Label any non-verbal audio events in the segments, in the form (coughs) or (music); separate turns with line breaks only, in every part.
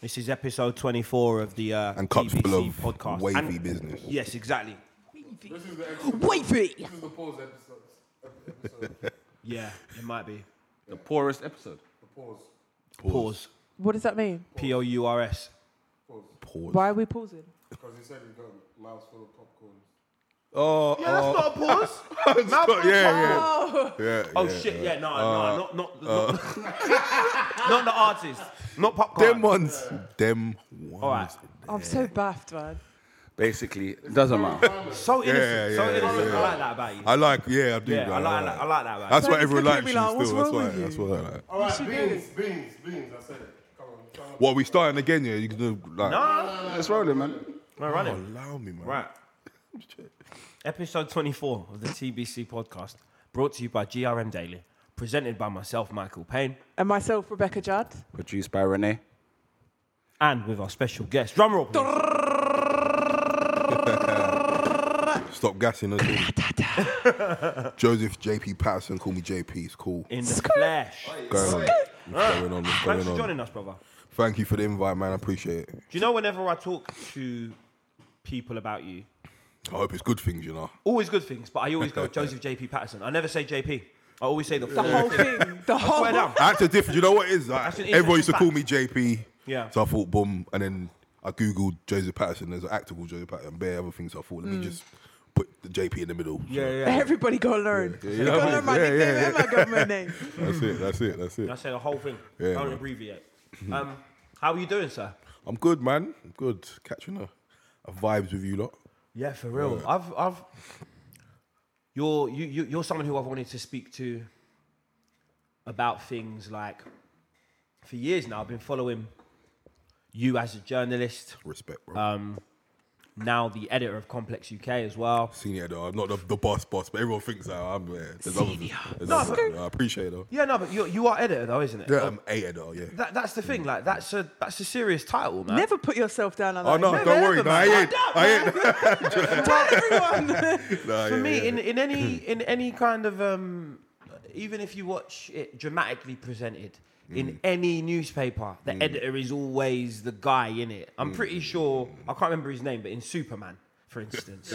This is episode 24 of the uh,
And cups
BBC
full of
podcast.
wavy
And-
business.
Yes, exactly.
Wavy.
(laughs) Yeah, it might be.
The poorest episode.
Pause.
What does that mean?
P O U R S.
Why are we pausing?
Oh,
Yeah, that's not a pause.
yeah, yeah,
Oh,
yeah. Uh,
Oh shit! Yeah, no, no, not not not, not (laughs) the artist, not popcorn.
Them ones. Them ones.
All right.
I'm so baffed, man.
Basically, doesn't matter.
So innocent,
yeah,
so
yeah,
innocent.
yeah.
I like that about you.
I like, yeah, I do.
yeah, I like,
man,
I like, I like that about
That's
So
why
it's
everyone likes
completely
you
like, what's
still. That's
wrong
why,
with you?
that's what I like.
You should do this.
Beans, beans, I said it. Come on, come on.
What, we starting again, yeah? You can do, like,
Nah,
Let's roll it, man.
we're running.
allow me, man.
Right. Episode 24 of the TBC podcast, brought to you by GRM Daily, presented by myself, Michael Payne,
And myself, Rebecca Judd.
Produced by Renee.
and with our special guest, drum roll. please.
Stop gassing us.
(laughs)
all. Joseph JP Patterson, call me JP. It's cool.
In the flesh.
What's going on? What's going on? What's
Thanks
going
for
on?
joining us, brother.
Thank you for the invite, man. I appreciate it.
Do you know whenever I talk to people about you,
I hope it's good things, you know.
always good things, but I always
(laughs)
go Joseph JP Patterson. I never say JP. I always say the,
The whole thing. The whole
Swear
(laughs)
down.
That's a different. You know what it is? Like,
That's an
everyone used to call me
interesting
JP.
Yeah.
So I thought, boom, and then I googled Joseph Patterson. There's an actor called Joseph Patterson. Bare other things. So I thought, let me just put the JP in the middle.
Mm. Yeah, yeah.
(laughs) Everybody got to learn. you got to learn my
Yeah, yeah,
nickname and my government name.
That's it. That's it. That's it.
I say the whole thing.
Yeah,
I don't
man. Mm-hmm.
abbreviate. Um, how are you doing, sir?
I'm good, man. I'm good. Catching a, a vibes with you lot.
Yeah, for real. I've, I've, you're, you, you, you're someone who I've wanted to speak to about things like for years now. I've been following you as a journalist,
Respect, bro.
Um, now the editor of Complex UK as well.
Senior though, I'm not the, the boss boss, but everyone thinks that I'm yeah, there's others- there's others- I appreciate it though.
Yeah, no, but you, you are editor though, isn't it?
Yeah, I'm eight though, yeah.
That, that's the thing. Like that's a, that's a serious title, man.
Never put yourself down like
Oh
that.
no,
Never
don't
ever,
worry, no, I
man.
ain't. I ain't. (laughs)
Tell everyone. (laughs)
Nah,
for
yeah,
me
yeah.
in, in
(clears throat)
any in any kind of um, even if you watch it dramatically presented
Mm.
in any newspaper the editor is always the guy in it i'm pretty
Mm.
sure i can't remember his name but in superman for
(laughs)
instance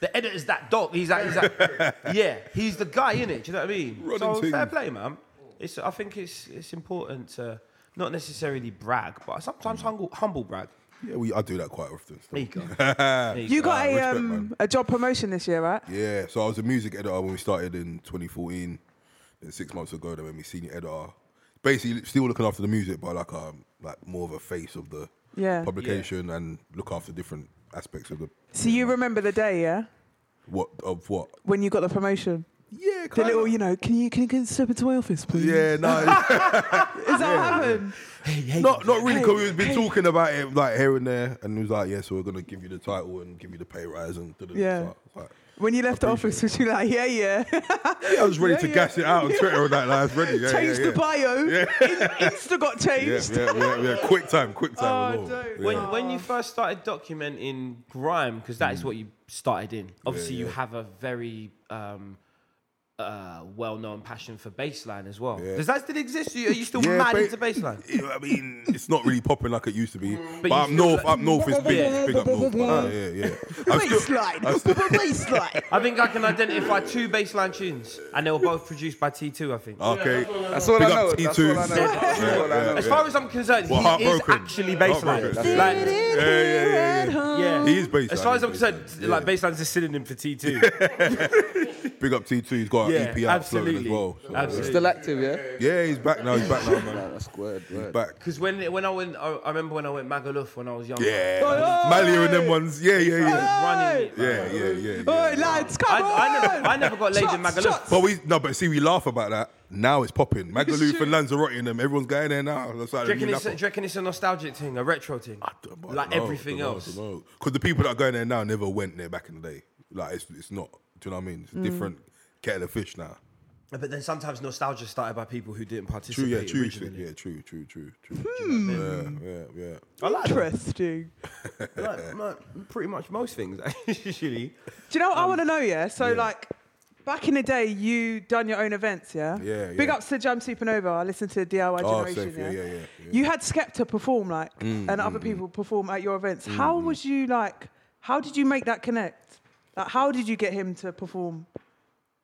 the editor's that dog he's that he's that yeah he's the guy in it do you know what i mean
Running
so fair
things.
play man it's i think it's it's important to not necessarily brag but sometimes
Mm.
humble, humble brag
yeah, we I do that quite often. still.
there you go
You got a,
respect,
um,
man.
a job promotion this year, right?
Yeah, so I was a music editor when we started in 2014. Then six months ago, they made me senior editor. Basically, still looking after the music, but like um, like more of a face of the
Yeah.
publication and look after different aspects of the
So you remember the day, yeah?
what of what.
When you got the promotion.
Yeah,
The little, you know, can you can you come step into my office, please? (laughs)
yeah, no,
Is that what happened?
not not really. Cause we've been talking about it like here and there, and it was like, yeah, so we're gonna give you the title and give you the pay rise and. da-da-da.
Yeah.
So I was
When you left the office, was you like, yeah, yeah?
like, I was ready to
yeah.
gas it out on Twitter and that. Like, I was
(laughs)
ready. Yeah,
Changed
yeah,
the bio. In- Insta got
(laughs) yeah.
changed.
Yeah, yeah, yeah, yeah. Quick time, quick time.
Oh,
was all.
don't.
Yeah. Mm.
When, when you first started documenting grime, because that is what you started in. Obviously, you have a very um, uh, well-known passion for bassline as well.
Yeah.
Does that still exist? Are you are you still
Yeah,
mad
ba-
into bassline?
Yeah, I mean, it's not really popping like it used to be. But,
you
up
still
north,
like-
up north is big,
Yeah.
big up north. man. yeah, yeah. I'm still- I'm still-
Waistline.
I think I can identify two bassline tunes, and they were both produced by T2. I think.
okay.
That's all I
Big
know.
up
That's
T2.
all I know. That's
Oh, Yeah,
all I know.
as far as I'm concerned,
Well,
he is
Heartbroken.
actually bassline.
Heartbroken.
Like,
Yeah, yeah, yeah, yeah.
yeah,
He is bassline,
As far as I'm
he's
concerned,
bassline,
like
yeah.
bassline's a synonym for T2.
Big up T2. He's got
yeah,
an EP out floating as
absolutely.
well. so-
absolutely.
Still active, yeah?
Yeah, he's back now. He's back now, man.
That's good.
He's back.
Because when when I went, I, I remember when I went Magaluf when I was young.
Yeah. Malia and them ones. Yeah, yeah, yeah.
running it.
Yeah, yeah, yeah. yeah.
Oi, lads, come
I,
on!
I, never, I never got laid in
Shots,
Magaluf.
shots.
But we no, but see, we laugh about that. Now it's popping. Magaluf
true.
and Lanzarote and them. Everyone's going there now. That's like
Do you,
the
reckon
new
it's, do
rapper.
you reckon it's a nostalgic thing, a retro thing? like everything else.
Because the people that are going there now never went there back in the day. Like it's it's not. Do you know what I mean? It's
Mm.
a different kettle of fish now.
But then sometimes nostalgia started by people who didn't
True,
participate.
yeah, true, true,
originally.
yeah, true, true, true, true.
Hmm.
Yeah, yeah, yeah.
Interesting.
(laughs)
Like, like, pretty much most things, (laughs) actually.
Do you know what
Um,
I want to know? Yeah. So like, back in the day, you done your own events. Yeah.
Yeah,
Big
yeah.
ups to Jam Supernova. I listened to the DIY
Oh,
Generation.
safe, yeah, yeah, yeah, yeah. Mm,
You had Skepta perform like, and other people perform at your events. How was you like? How did you make that connect? Like, how did you get him to perform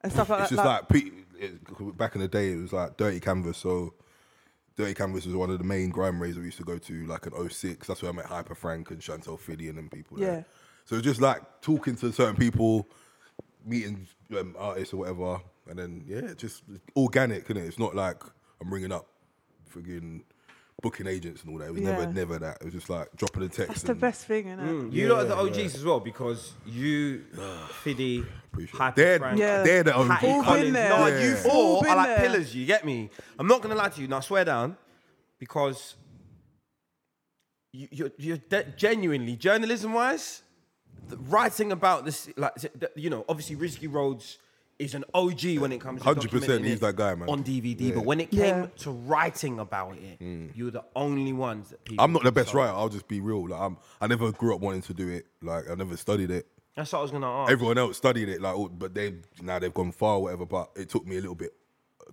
and stuff like
It's
that?
just like pe- it, back in the day, it was like Dirty Canvas. So Dirty Canvas was one of the main grime raves we used to go to, like an 06. That's where I met Hyper Frank and Chantel Philly and them people.
Yeah.
There. So it's just like talking to certain people, meeting um, artists or whatever, and then yeah, just organic, innit? It's not like I'm ringing up friggin' booking agents and all that. It was
Yeah.
never, never that. It was just like dropping a text.
That's the
and-
best thing, isn't it?
Mm.
You lot are the OGs as well because
(sighs)
you, Fiddy,
Appreciate it.
Hyper
They're,
Frank,
Yeah.
they're the
Patty
All
only.
been
Collins.
there.
No,
Yeah.
you
All
four
been
are like
there.
pillars. You get me? I'm not gonna lie to you. Now swear down, because you, you're you're de- genuinely journalism wise, writing about this like th- th- you know obviously Risky Roads is an OG when it comes. to
100%
documenting
he's
it
that guy, man.
on DVD. But when it came
Yeah.
to writing about it, you were the only ones that people.
Hmm. I'm not the best
so-
writer. I'll just be real. Like I'm, I never grew up wanting to do it. Like I never studied it.
That's what I was gonna ask.
Everyone else studied it. Like, oh, but they now they've gone far, or whatever. But it took me a little bit,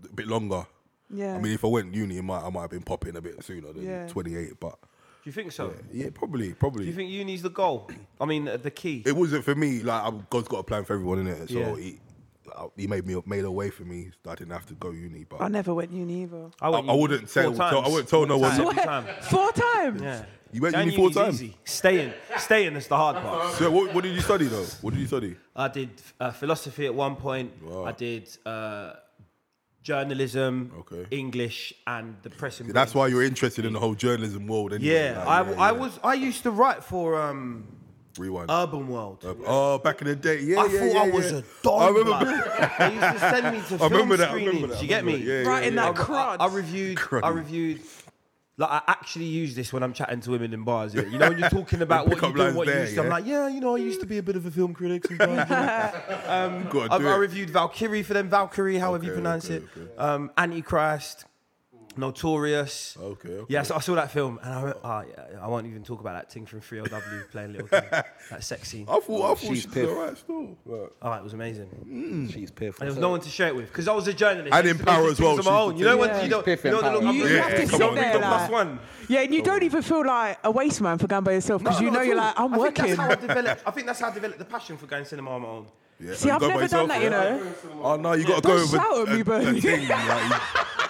a bit longer.
Yeah.
I mean, if I went uni, I might, I might have been popping a bit sooner than
Yeah.
28. But
Do you think so?
yeah, probably,
Do
probably.
you think uni's the goal? I mean, uh, the key.
it wasn't for me. Like, i God's got a plan for everyone in it. So
Yeah.
he, uh, he made me made a way for me. so I didn't have to go uni. But
I never went uni either.
I, went
I- I
uni
wouldn't
four
tell- tell- I
times.
wouldn't tell
Four
no one.
(laughs)
times, every
What?
time.
Four times.
Yeah.
(laughs)
You went
Going
uni four
uni's
times?
easy. Staying, staying is the hard part.
so what, what did you study though? What did you study?
I did uh, philosophy at one point. I did uh, journalism,
Okay.
English, and the press. and
That's
print.
why you're interested in the whole journalism world. Anyway.
Yeah,
Like,
I, I
yeah.
was. I used to write for um,
rewind.
Urban World.
Oh, back in the day, yeah,
I
yeah,
thought
yeah,
I was
yeah.
a dog.
I remember. (laughs)
they used to send me to film
I remember that. I
screenings.
remember that.
You get me?
Yeah, yeah,
Right in that
I,
crud.
I reviewed. I
Crud.
reviewed. Like I actually use this when I'm chatting to women in bars. Yeah? You know, when you're
(laughs)
talking about what
Pick
you
up
do,
lines
what you
there,
used to. I'm
yeah?
like, yeah, you know, I used to be a bit of a film critic. Sometimes, you know.
Gotta
I,
do
I
it.
reviewed Valkyrie for them, Valkyrie, however you
Okay,
pronounce
okay,
it. Um, Antichrist, Notorious.
Okay, okay.
Yes, I saw that film, and I went, oh, yeah, I won't even talk about that thing from
(laughs)
3LW playing Little Kim, that sex scene.
I thought, I thought
She's
she was
piff.
alright still. Like,
Oh, it was amazing.
She's piff.
There was no one to share it with because I was a journalist.
And
I used
in
to make
power
these
as well,
things on my
she's
own. You know
the
what?
thing.
You know,
She's
you know the
piffing
look,
power.
You have to
come
sit
on,
there,
come on,
like-
plus
(laughs)
one.
Yeah, and you don't even feel like a waste man for going by yourself because you know you're like, I'm
I
working.
Think that's how I, developed, I think that's how I developed the passion for going cinema on my own.
yeah.
See,
you
I've
go by
never
yourself,
done that, you
yeah?
know.
Oh no, you gotta
Don't
go with a-
shout at me,
a-
bro.
a
(laughs)
team, like, you-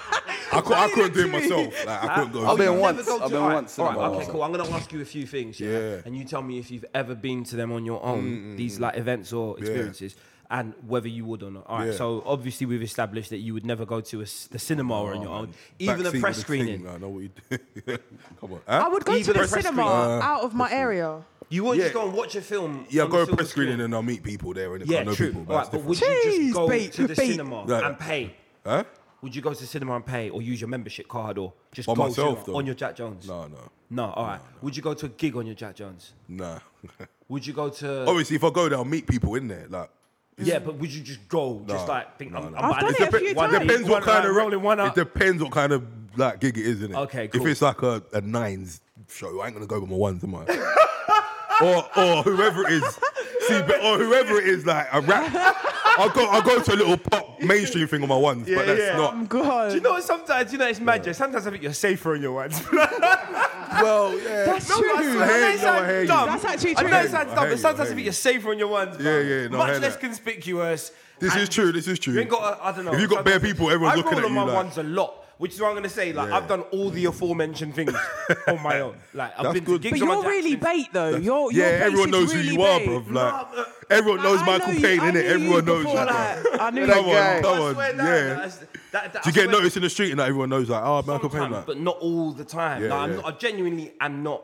I cou- I couldn't do it myself. Like, I couldn't go.
I've been
with-
once.
Oh, Never go to-
I've been
alright,
once.
alright,
cinema.
okay, cool. I'm gonna ask you a few things. Yeah.
Yeah.
And you tell me if you've ever been to them on your own, these like events or experiences, and whether you would or not. All right.
Yeah.
So obviously we've established that you would never go to a s the cinema on your own,
Back
even
seat
a
with
press
the
screening.
Team, I know what you do. (laughs) come on.
I
Huh?
would go
Even
to
a
the
press
cinema
screening.
out of my area.
You wouldn't just
Yeah.
go and watch a film.
Yeah, I
on
go
the
to press
silver screen.
screening and I'll meet people there and
Yeah,
I know
true.
people. but
All right,
that's
but would
different.
you
Jeez,
just go
bait,
to the
bait.
cinema
Right.
and pay?
Huh?
Would you go to the cinema and pay, or use your membership card, or just
By
go to
myself,
it
though.
on your Jack Jones?
No, no,
No. All right. Would you go to a gig on your Jack Jones?
nah. (laughs)
Would you go to?
Obviously, if I go there, I'll meet people in there. Like,
Yeah, but would you just go, just
No,
like think
no,
I'm,
no.
I'm
I've
buying
done
this
it a
ticket,
few
one
times.
knee,
depends
one
what kind
eye,
of
rolling one
It
up.
depends what kind of like gig it is, isn't it?
Okay,
If
cool.
it's like a, a nines show, I ain't gonna go with my ones, am I? (laughs) or or whoever it is, see, but- or whoever it is, like a rap. I go, I go to a little pop mainstream thing on my ones, but that's
yeah.
not.
God.
Do you know sometimes, you know, it's magic. Sometimes I think you're safer on your (laughs) ones.
Well, yeah.
That's
No,
true.
I, swear, I
Hey,
know
no,
it sounds
hey.
dumb.
That's actually
I
true.
know it sounds
I
dumb,
hear
but
you,
sometimes
I
I
hear
think
you.
you're safer on your ones.
Yeah,
bruv.
yeah, no, I
Much
hear
less
that.
conspicuous.
This
and
is true, this is true.
You ain't got, I don't know.
If you got bare
sometimes-
people, everyone's
I
looking
roll
at
on
you
my
like-
ones a lot. Which is what I'm gonna say. Like
Yeah.
I've done all the aforementioned things on my own. Like I've
That's
been
good.
to
But
gigs. on my
you're really
Jackson's.
bait though. You're,
Yeah,
your base
everyone
is
knows who
really
you are,
bait.
bruv. Like, everyone knows
I
Michael
know you-
Caine,
I
innit?
knew you
Everyone knows
before,
that.
like, I knew
Come
that
on,
guy.
come
I
on,
swear down,
Yeah.
that's- that- that-
Do you
I
get
swear-
noticed in the street and that everyone knows, like, oh, Michael Caine,
Sometimes,
like,
but not all the time.
Yeah,
Like, I'm
yeah.
not, I genuinely am not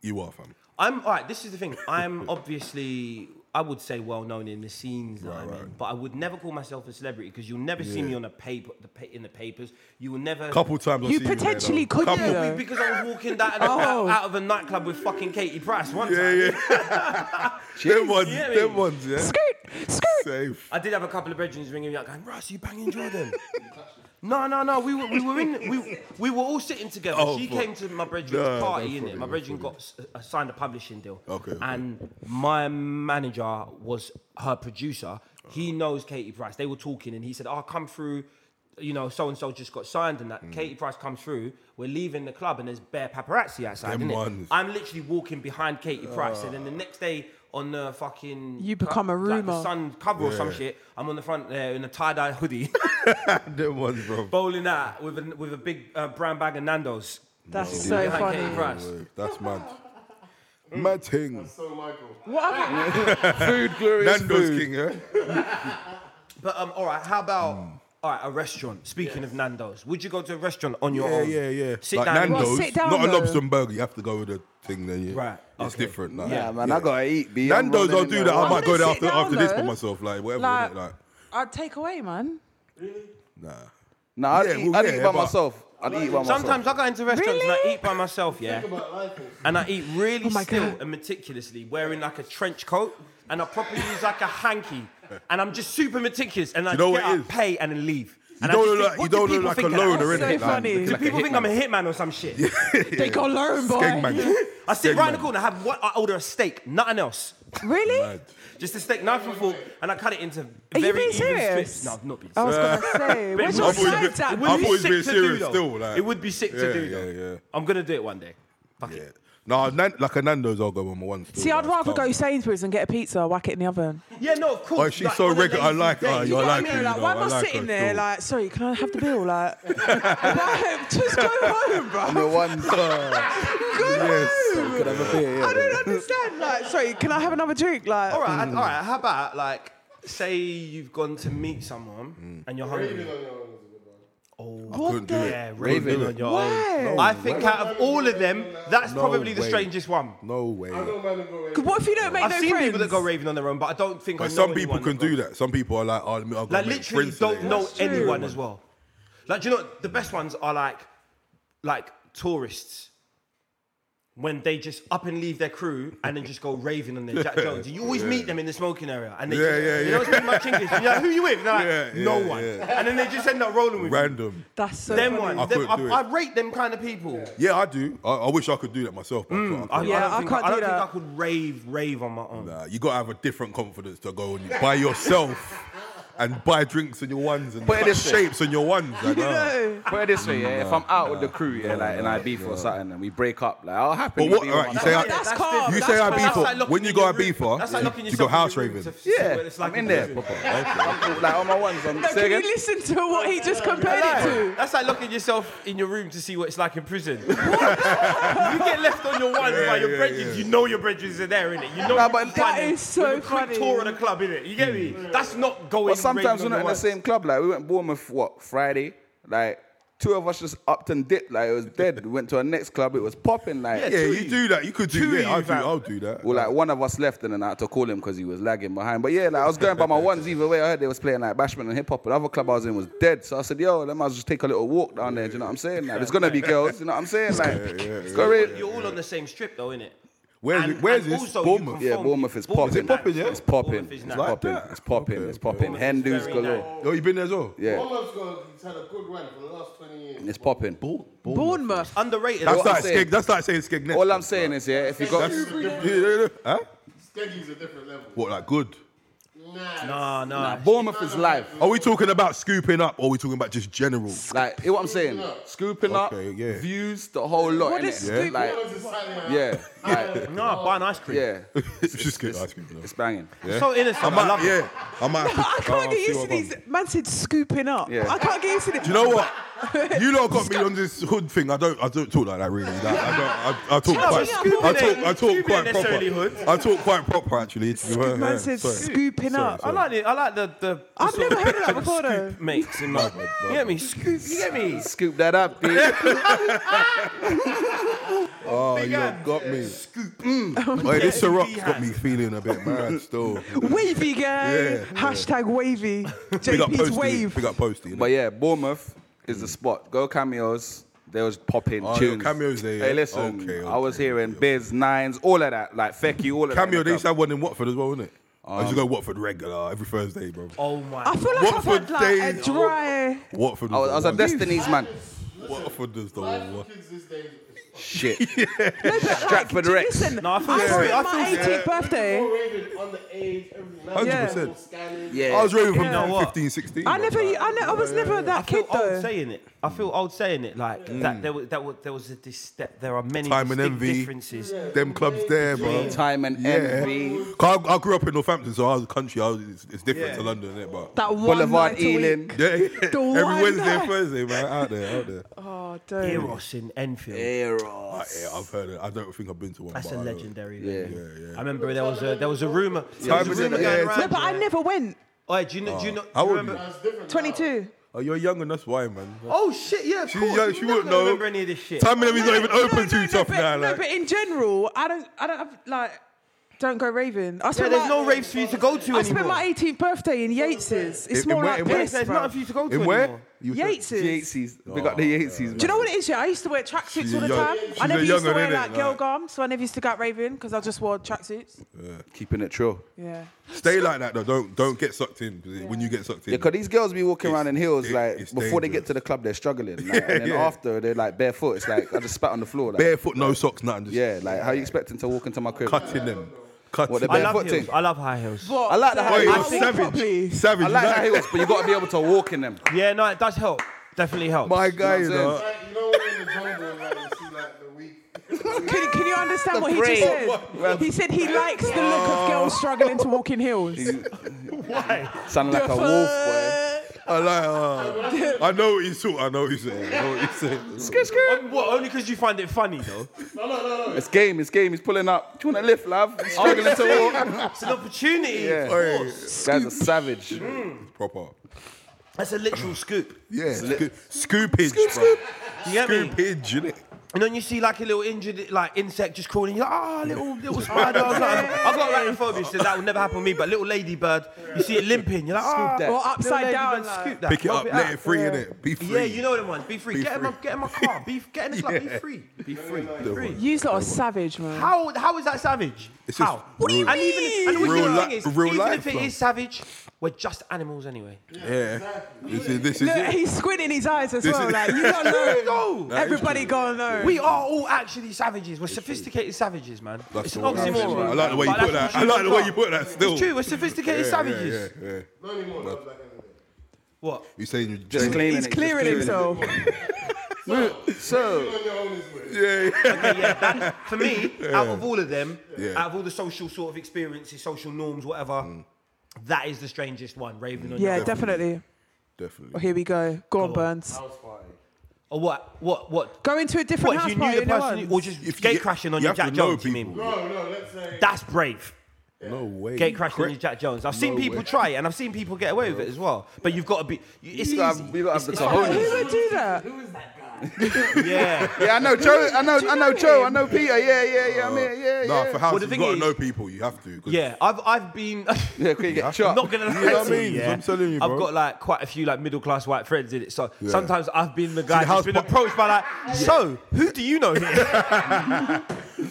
you are, fam.
I'm all right. This is the
(laughs)
thing. I'm obviously, I would say, well known in the scenes that I'm in, but I would never call myself a celebrity because you'll never see me on a paper, the pa- in the papers. You will never.
Couple times I've
You
seen there,
potentially
though.
could,
Couple-
you know.
Be- Because I was walking down
(laughs)
the- out,
Oh.
out of a nightclub with fucking Katie Price one
Yeah,
time. (laughs)
yeah. them ones,
Yeah, I
them
mean-
ones, yeah.
Skirt, skirt.
Safe.
I did have a couple of brethrens ringing me up, going, "Russ, you banging Jordan?"
(laughs)
no, no, no. We were, we were in, we, we were all sitting together.
Oh,
she
fuck.
came to my brethren's
Nah,
party,
that's
innit?
funny,
My
that's
brethren
funny.
got s- uh, signed a publishing deal,
Okay, okay.
and my manager was her producer. He
Oh.
knows Katie Price. They were talking, and he said, "I'll come through." You know, so and so just got signed, and that
Hmm.
Katie Price comes through. We're leaving the club, and there's bare paparazzi outside.
Them
innit?
ones. Ah.
I'm literally walking behind Katie Price, and then the next day on the fucking
You become a
like, the
rumour.
Sun cover or some shit. I'm on the front there in a tie dye hoodie, (laughs)
Them ones, bro.
bowling out with a, with a big uh, brown bag of Nando's.
That's so
Behind Katie
funny.
Price.
That's mad. Mad thing.
So Michael.
What happened?
Food, glorious
Nando's
food.
king, yeah?
But um, all right, how about
Mm.
all right a restaurant? Speaking of Nando's, would you go to a restaurant on your
Yeah,
own?
yeah, yeah.
Sit
like
down. and-
Nando's,
Well, sit down,
not a
though.
lobster and burger. You have to go with a thing then, yeah.
Right,
It's
okay.
different. Like,
Yeah, man, I gotta eat. B. I'm
Nando's,
rolling
I'll
in
do
there
that. I
once.
might go there
sit
after,
down,
after this
though.
for myself. Like, whatever.
Like,
innit? Like,
I'd take away, man.
nah.
Nah, I'd
Yeah,
eat,
well,
I'd
yeah,
eat by
but-
myself. I'd eat by myself.
Sometimes I go into restaurants and I
Really?
eat by myself, yeah, and I eat really
Oh my
still
God.
and meticulously, wearing like a trench coat, and I probably use like a
(laughs)
hanky, and I'm just super meticulous, and I
know
get
what
up,
it is?
pay, and then leave.
You
And I
don't
just
look
think,
like,
what
you
do
don't look
people
like a
think of that?
loner,
That's so
innit? Like,
funny.
looking
Do
like a
People think I'm a
hitman.
hitman or some shit.
Take our loan, boy.
Skeg (laughs) man.
I sit right
Skeg
in
man.
the corner, have one, I order a steak, nothing else.
Really?
Mad.
Just a steak, knife and fork, and I cut it into
Are you
very
being
even
serious? Oh,
strips. No, I've not been
I was
serious.
gonna say, where's
It
your
would be
always
sides
been-
at?
sick-
I've
man?
always
sick
been
to do,
serious
though.
still, like-
it would be sick
Yeah,
to do though.
yeah, yeah.
I'm gonna do it one day. Fuck
Yeah.
it.
Nah, Nan- like a Nando's, I'll go on my one. still,
See,
like,
I'd rather
calm. (laughs)
go Sainsbury's and get a pizza, whack it in the oven.
Yeah, no, of course.
Oh, she's so
on a
regular, I
lazy
like her,
day.
Oh, you're
You know what I
like
mean?
her, you
like,
know,
why am
I
I,
like her
sitting there
still.
like, sorry, can I have the bill?
(laughs)
Like, go home, just go home, bro.
The
(laughs)
ones-
Go
Yes.
home.
uh, Could have a beer, yeah.
I don't understand. Like, sorry, can I have another drink? Like,
All right,
Mm.
all right. How about like, say you've gone to meet someone and you're hungry. Oh,
Couldn't do it.
Yeah, raving on your
Why?
own. I think out of all of them, that's probably the
way.
strangest one.
No way.
what if you don't make
I've
no
seen
friends?
people that go raving on their own, but I don't think. I
But
know
some people
anyone
can
that goes-
do that. Some people are like, oh, let me, I'll go
Like
make
literally,
friends
don't
today.
know
true.
anyone as well. Like, do you know the best ones are like, like tourists. When they just up and leave their crew and then just go raving on their
(laughs)
Jack Jones, and you always meet them in the smoking area, and they
Yeah,
just,
yeah,
they
yeah.
don't speak much English. And you're like, who you with? And they're like,
Yeah, yeah,
no one.
yeah.
And then they just end up rolling with you.
Random.
That's so
Them
funny.
ones,
I
them-
couldn't do it.
I, I rate them kind of people.
Yeah, I do. I, I wish I could do that myself. But I can't.
Mm, I,
Yeah,
I don't,
I
think,
can't
I
do
don't
that.
think I could rave, rave on my own.
Nah, Uh, you gotta have a different confidence to go on by yourself and buy drinks on your ones and
Put it
cut
this way.
shapes on your ones. Like, nah.
No.
Put it this way, yeah. if I'm out with the crew, yeah, like, and I beef or something, and we break up, like, I'll happily.
But what-
be
alright,
with my
you say
partner.
I-
That's
that's
calm.
You
that's
say I
calm.
beef
That's
or-
like locking
when you
in
go
your
out
room-
beefer,
that's like
you-
locking
you go
yourself in
house
your room
raving.
to see
Yeah,
what it's like
I'm in
the
there.
prison.
proper. I'm like on my ones. I'm
No,
say
can you
again?
listen to what he just compared it to?
That's like locking yourself in your room to see what it's like in prison. you get left on your ones by your
yeah,
brethren. You know your brethren are there, innit? You know
Nah,
you
but
can
that
find them
is so
with a quick
funny.
tour of the club, innit? You get me? That's not going.
But sometimes we're
raving
not
on
in
your
the same club. Like we went Bournemouth what Friday. Like two of us just upped and dipped. Like it was dead. we went to our next club. It was popping. Like
Yeah, you do that. You could do
Two
that. I
you,
do,
fam.
I'll do that.
Well, like one of us left, and then I had to call him because he was lagging behind. But yeah, like I was going by my ones either way. I heard they was playing like bashment and hip hop. The other club I was in was dead, so I said, "Yo, let me just take a little walk down there." Do you know what I'm saying? Like, there's gonna be girls. You know what I'm saying? Like, it's gonna
ones.
be-
You're all on the same strip, though, innit?
Where's
And-
it- where's
and
this?
also you
Bournemouth?
yeah,
conform-
Bournemouth is
Bournemouth
popping.
Is it popping, yeah?
It's popping.
Bournemouth is
It's
nice.
Like
popping.
that?
It's popping.
Okay,
It's popping.
Bournemouth is
Hindus
very
galore.
Oh, you been there as well?
Yeah.
Bournemouth's got, he's had a good run for the last 20 years.
It's popping.
Bournemouth.
Underrated.
That's
What I'm
like
saying-
skeg, that's like saying skeg next.
All I'm saying is, yeah, if you got
That's- (laughs) huh?
Skeggy's a different level.
What like good?
Nah.
Nah, nah.
Nah, Bournemouth is live.
Are we talking about scooping up or are we talking about just general?
Like, hear what I'm saying? Scooping up,
Okay, yeah.
views, the whole lot.
What is
innit?
scooping
Like,
up?
yeah, like,
Nah, buy an ice cream.
yeah,
It's (laughs) just good ice cream. you know.
it's banging.
So innocent.
I
I love
might,
it.
yeah. I might.
(laughs)
have to-
(laughs) I can't
I'll see
get used to
what Oh, I
these.
got.
Man said scooping up.
Yeah.
I can't get used to this.
Do you know
(laughs)
what? You lot got me on this hood thing. I don't. I don't talk like that really. Like, I don't. I, I talk
No,
quite.
Scooby
I talk. I
ain't- Scooby
talk
ain't
quite
necessarily
proper.
hood.
I talk quite proper actually. To be fair,
Man
yeah,
said
sorry.
scooping up.
I like it. I like the the. the
I've
sort
never heard of that
picture
before, though.
Scoop makes in my. You get me? Scoop. You get me?
Scoop that up,
(laughs)
dude.
Oh, you lot
hand.
got me. Mm. Hey, this
Yeah.
Syrup's got me feeling a bit mad still.
Wavy guy.
Yeah.
Hashtag
(laughs)
wavy.
Big up
JP's
Posty.
wave.
Big up Posty. innit?
But yeah, Bournemouth is the spot. Go cameos. They was popping
Oh,
tunes.
there were cameos there, yeah?
Hey, listen,
Okay, okay,
I was hearing
okay.
Biz Nines, all of that, like Fecky, all of
Cameo,
that. Uh-huh.
they used to have one in Watford as well, innit? I used to go Watford regular every Thursday, bro.
Oh my.
I feel like
Watford
I've had like a
days.
dry.
Watford.
I was, I was a
the one.
Destiny's man.
Watford is the one.
Kids these days.
(laughs)
Shit.
Like, (laughs)
Stratford
do you
Rex.
listen,
No, I
I
feel you.
was
Yeah.
at my 18th birthday.
Rated on the age, everything. Now
100%.
people scanning.
Yeah.
I was ready from
You know what?
15, 16.
I
bro.
never, e, I, ne- I was never
I
that
feel
kid
old
though.
saying it. I feel old saying it. Like that. There was that was, there was a dis- that there are many
Mm. Time and
distinct
envy.
differences.
Them clubs there, bro.
Time and
Yeah.
Envy.
'Cause I, I grew up in Northampton, so I was a country. I was, it's, it's different to London, innit? But
That one
Boulevard
night a week.
Ealing.
yeah, (laughs) yeah.
one
every Wednesday,
night.
and Thursday, man, out there, out there.
Oh, dude.
Eros in Enfield.
Eros.
But yeah, I've heard it. I don't think I've been to one.
That's
but
a
I know.
legendary.
Yeah.
venue. I remember there was a there was a rumor. There
Time
was a
is
rumor
in- yeah, Ah,
going
it's-
No,
around.
but I never went.
Oh, do you know? Do you know?
How
do you
old
remember?
It's different.
22.
Oh, you're young, and that's why, man.
Oh shit! Yeah, of
She's
course.
young,
you
she
never
wouldn't
gonna
know.
remember any of this shit.
Time and Envy's not even
No,
open
no,
too
no,
tough
but,
now.
No,
Like,
but in general, I don't, I don't have like, don't go raving. I
Yeah,
spent
there's
my,
no raves for you to go to
I spent
anymore.
my 18th birthday in Yates's. It's
In- in
more
where-
like
in where?
this.
There's
bruv.
nothing for you to go to
in
anymore.
where? You said- Oh,
Yates's.
Yahtseys. We got the Yahtseys.
Do you know what it is? Yeah, I used to wear tracksuits
She's
all the
young-
time.
she's
I
a
never used to
young one,
wear
innit?
like girl
Like-
gums, so I never used to go out raving because I just wore tracksuits.
Keeping it true.
Yeah.
Stay like that though. Don't don't get sucked in. 'cause When you get sucked in,
Yeah, because these girls be walking
It's-
around in heels,
it-
like,
it's
before they get
dangerous.
to the club, they're struggling. Like, and then
Yeah.
after, they're like barefoot. It's like, I just spat on the floor. Like,
barefoot, no socks, nothing. Just
Yeah, like, how you expecting to walk into my crib?
cutting them.
What,
Cutting
the
I
them.
bare-
love
Barefoot
heels.
thing.
I love high heels.
I like the
So
high
Wait,
heels.
I
you're
walk properly.
savage. Savage.
I like
you
high heels, but you got to be able to walk in them.
Yeah, no, it does help. Definitely helps.
My guy,
You
you
know what I'm
Like, you
know.
know when in the jungle, like, you see, like, the weak.
(laughs) Can, can you understand what he
braid.
just said? He said he likes the look of girls struggling to walk in heels.
Sound like a wolf, boy.
I like. Uh, I know what he's talking. I know what he's saying. I know what he's saying.
On- what, only because you find it funny, though.
It's game, it's game. He's pulling up. Do you want to lift, love? Struggling to walk.
It's an opportunity.
Yeah.
Oi,
That's a savage.
proper.
That's a literal scoop.
Yeah, sco- scoopage, bro.
You get me?
Scoopage, innit?
And then you see like a little injured like insect just crawling. You're like, ah, little little spider. I was like, I've got arachnophobia, so that would never happen to me. But little ladybird, you see it limping. You're like, ah,
that.
little
Or upside down,
ladybird,
like.
scoop that.
Pick it
rub
up, let
out.
it free, innit? Be free.
Yeah, you know them ones. Be free.
Be
get, In my,
free.
get in my car. Be, get in the club. Be
Yeah.
free. Be free. Be free.
You lot are savage, man.
How how is that savage?
It's just
how? What do you
real-
mean? And even, and
Real
real
li-
thing is,
real
even if
life,
it
though.
is savage, we're just animals anyway.
Yeah. This is, this is
Look,
it.
he's squinting his eyes as well.
is-
Like you don't know.
No. That
is
(laughs) Everybody
true.
gonna know.
We are all actually savages. We're sophisticated savages, man. it's an
the one.
oxymoron.
I like the way you
But
put
that's
that.
what
I like the way
are.
you put that still.
It's true. We're sophisticated savages.
Yeah, yeah, yeah.
Not anymore. Not back in the day.
What?
You're saying you're
Just
just.
claiming
He's
it, just
clearing
claiming it.
himself.
So,
On your own is weird.
Yeah, yeah.
Okay, yeah. that- for
(laughs)
me, out of all of them,
Yeah. Mm.
out of all the social sort of experiences, social norms, whatever, that is the strangest one. Raving on
Yeah,
your own.
definitely.
Definitely.
Well, here we go. Go on,
on.
Burns.
Or what? What? What?
Go into a different
What?
house
If you
party
knew the
than
person, you-
ours.
or just
If you
gate
get-
crashing on
you
your
have to
Jack
know
Jones? You
people.
mean?
No, no, let's say.
That's brave.
No way.
Gate crashing on your Jack Jones. I've seen people try it, and I've seen people get away with it as well. But you've got to be. you- It's
You
easy.
gotta have- you gotta have
It's-
the
it's-
Who would do that?
(laughs) Yeah.
yeah, I know Joe. I know,
Do you
I know
know
Joe. I
him?
know Peter. Yeah, yeah, yeah. I'm here. Yeah,
Nah,
yeah.
for houses,
the
you
thing
got to
is-
know people. You have to. 'cause-
Yeah. I've I've been. (laughs)
yeah, quick, you get
I'm
shot.
not gonna lie
You know what I
to you,
mean?
yeah.
I'm telling you, bro.
I've got like quite a few like middle class white friends in it, so
Yeah.
sometimes I've been the guy who's
the house
been
pa- (laughs)
approached by like, so who do you know here?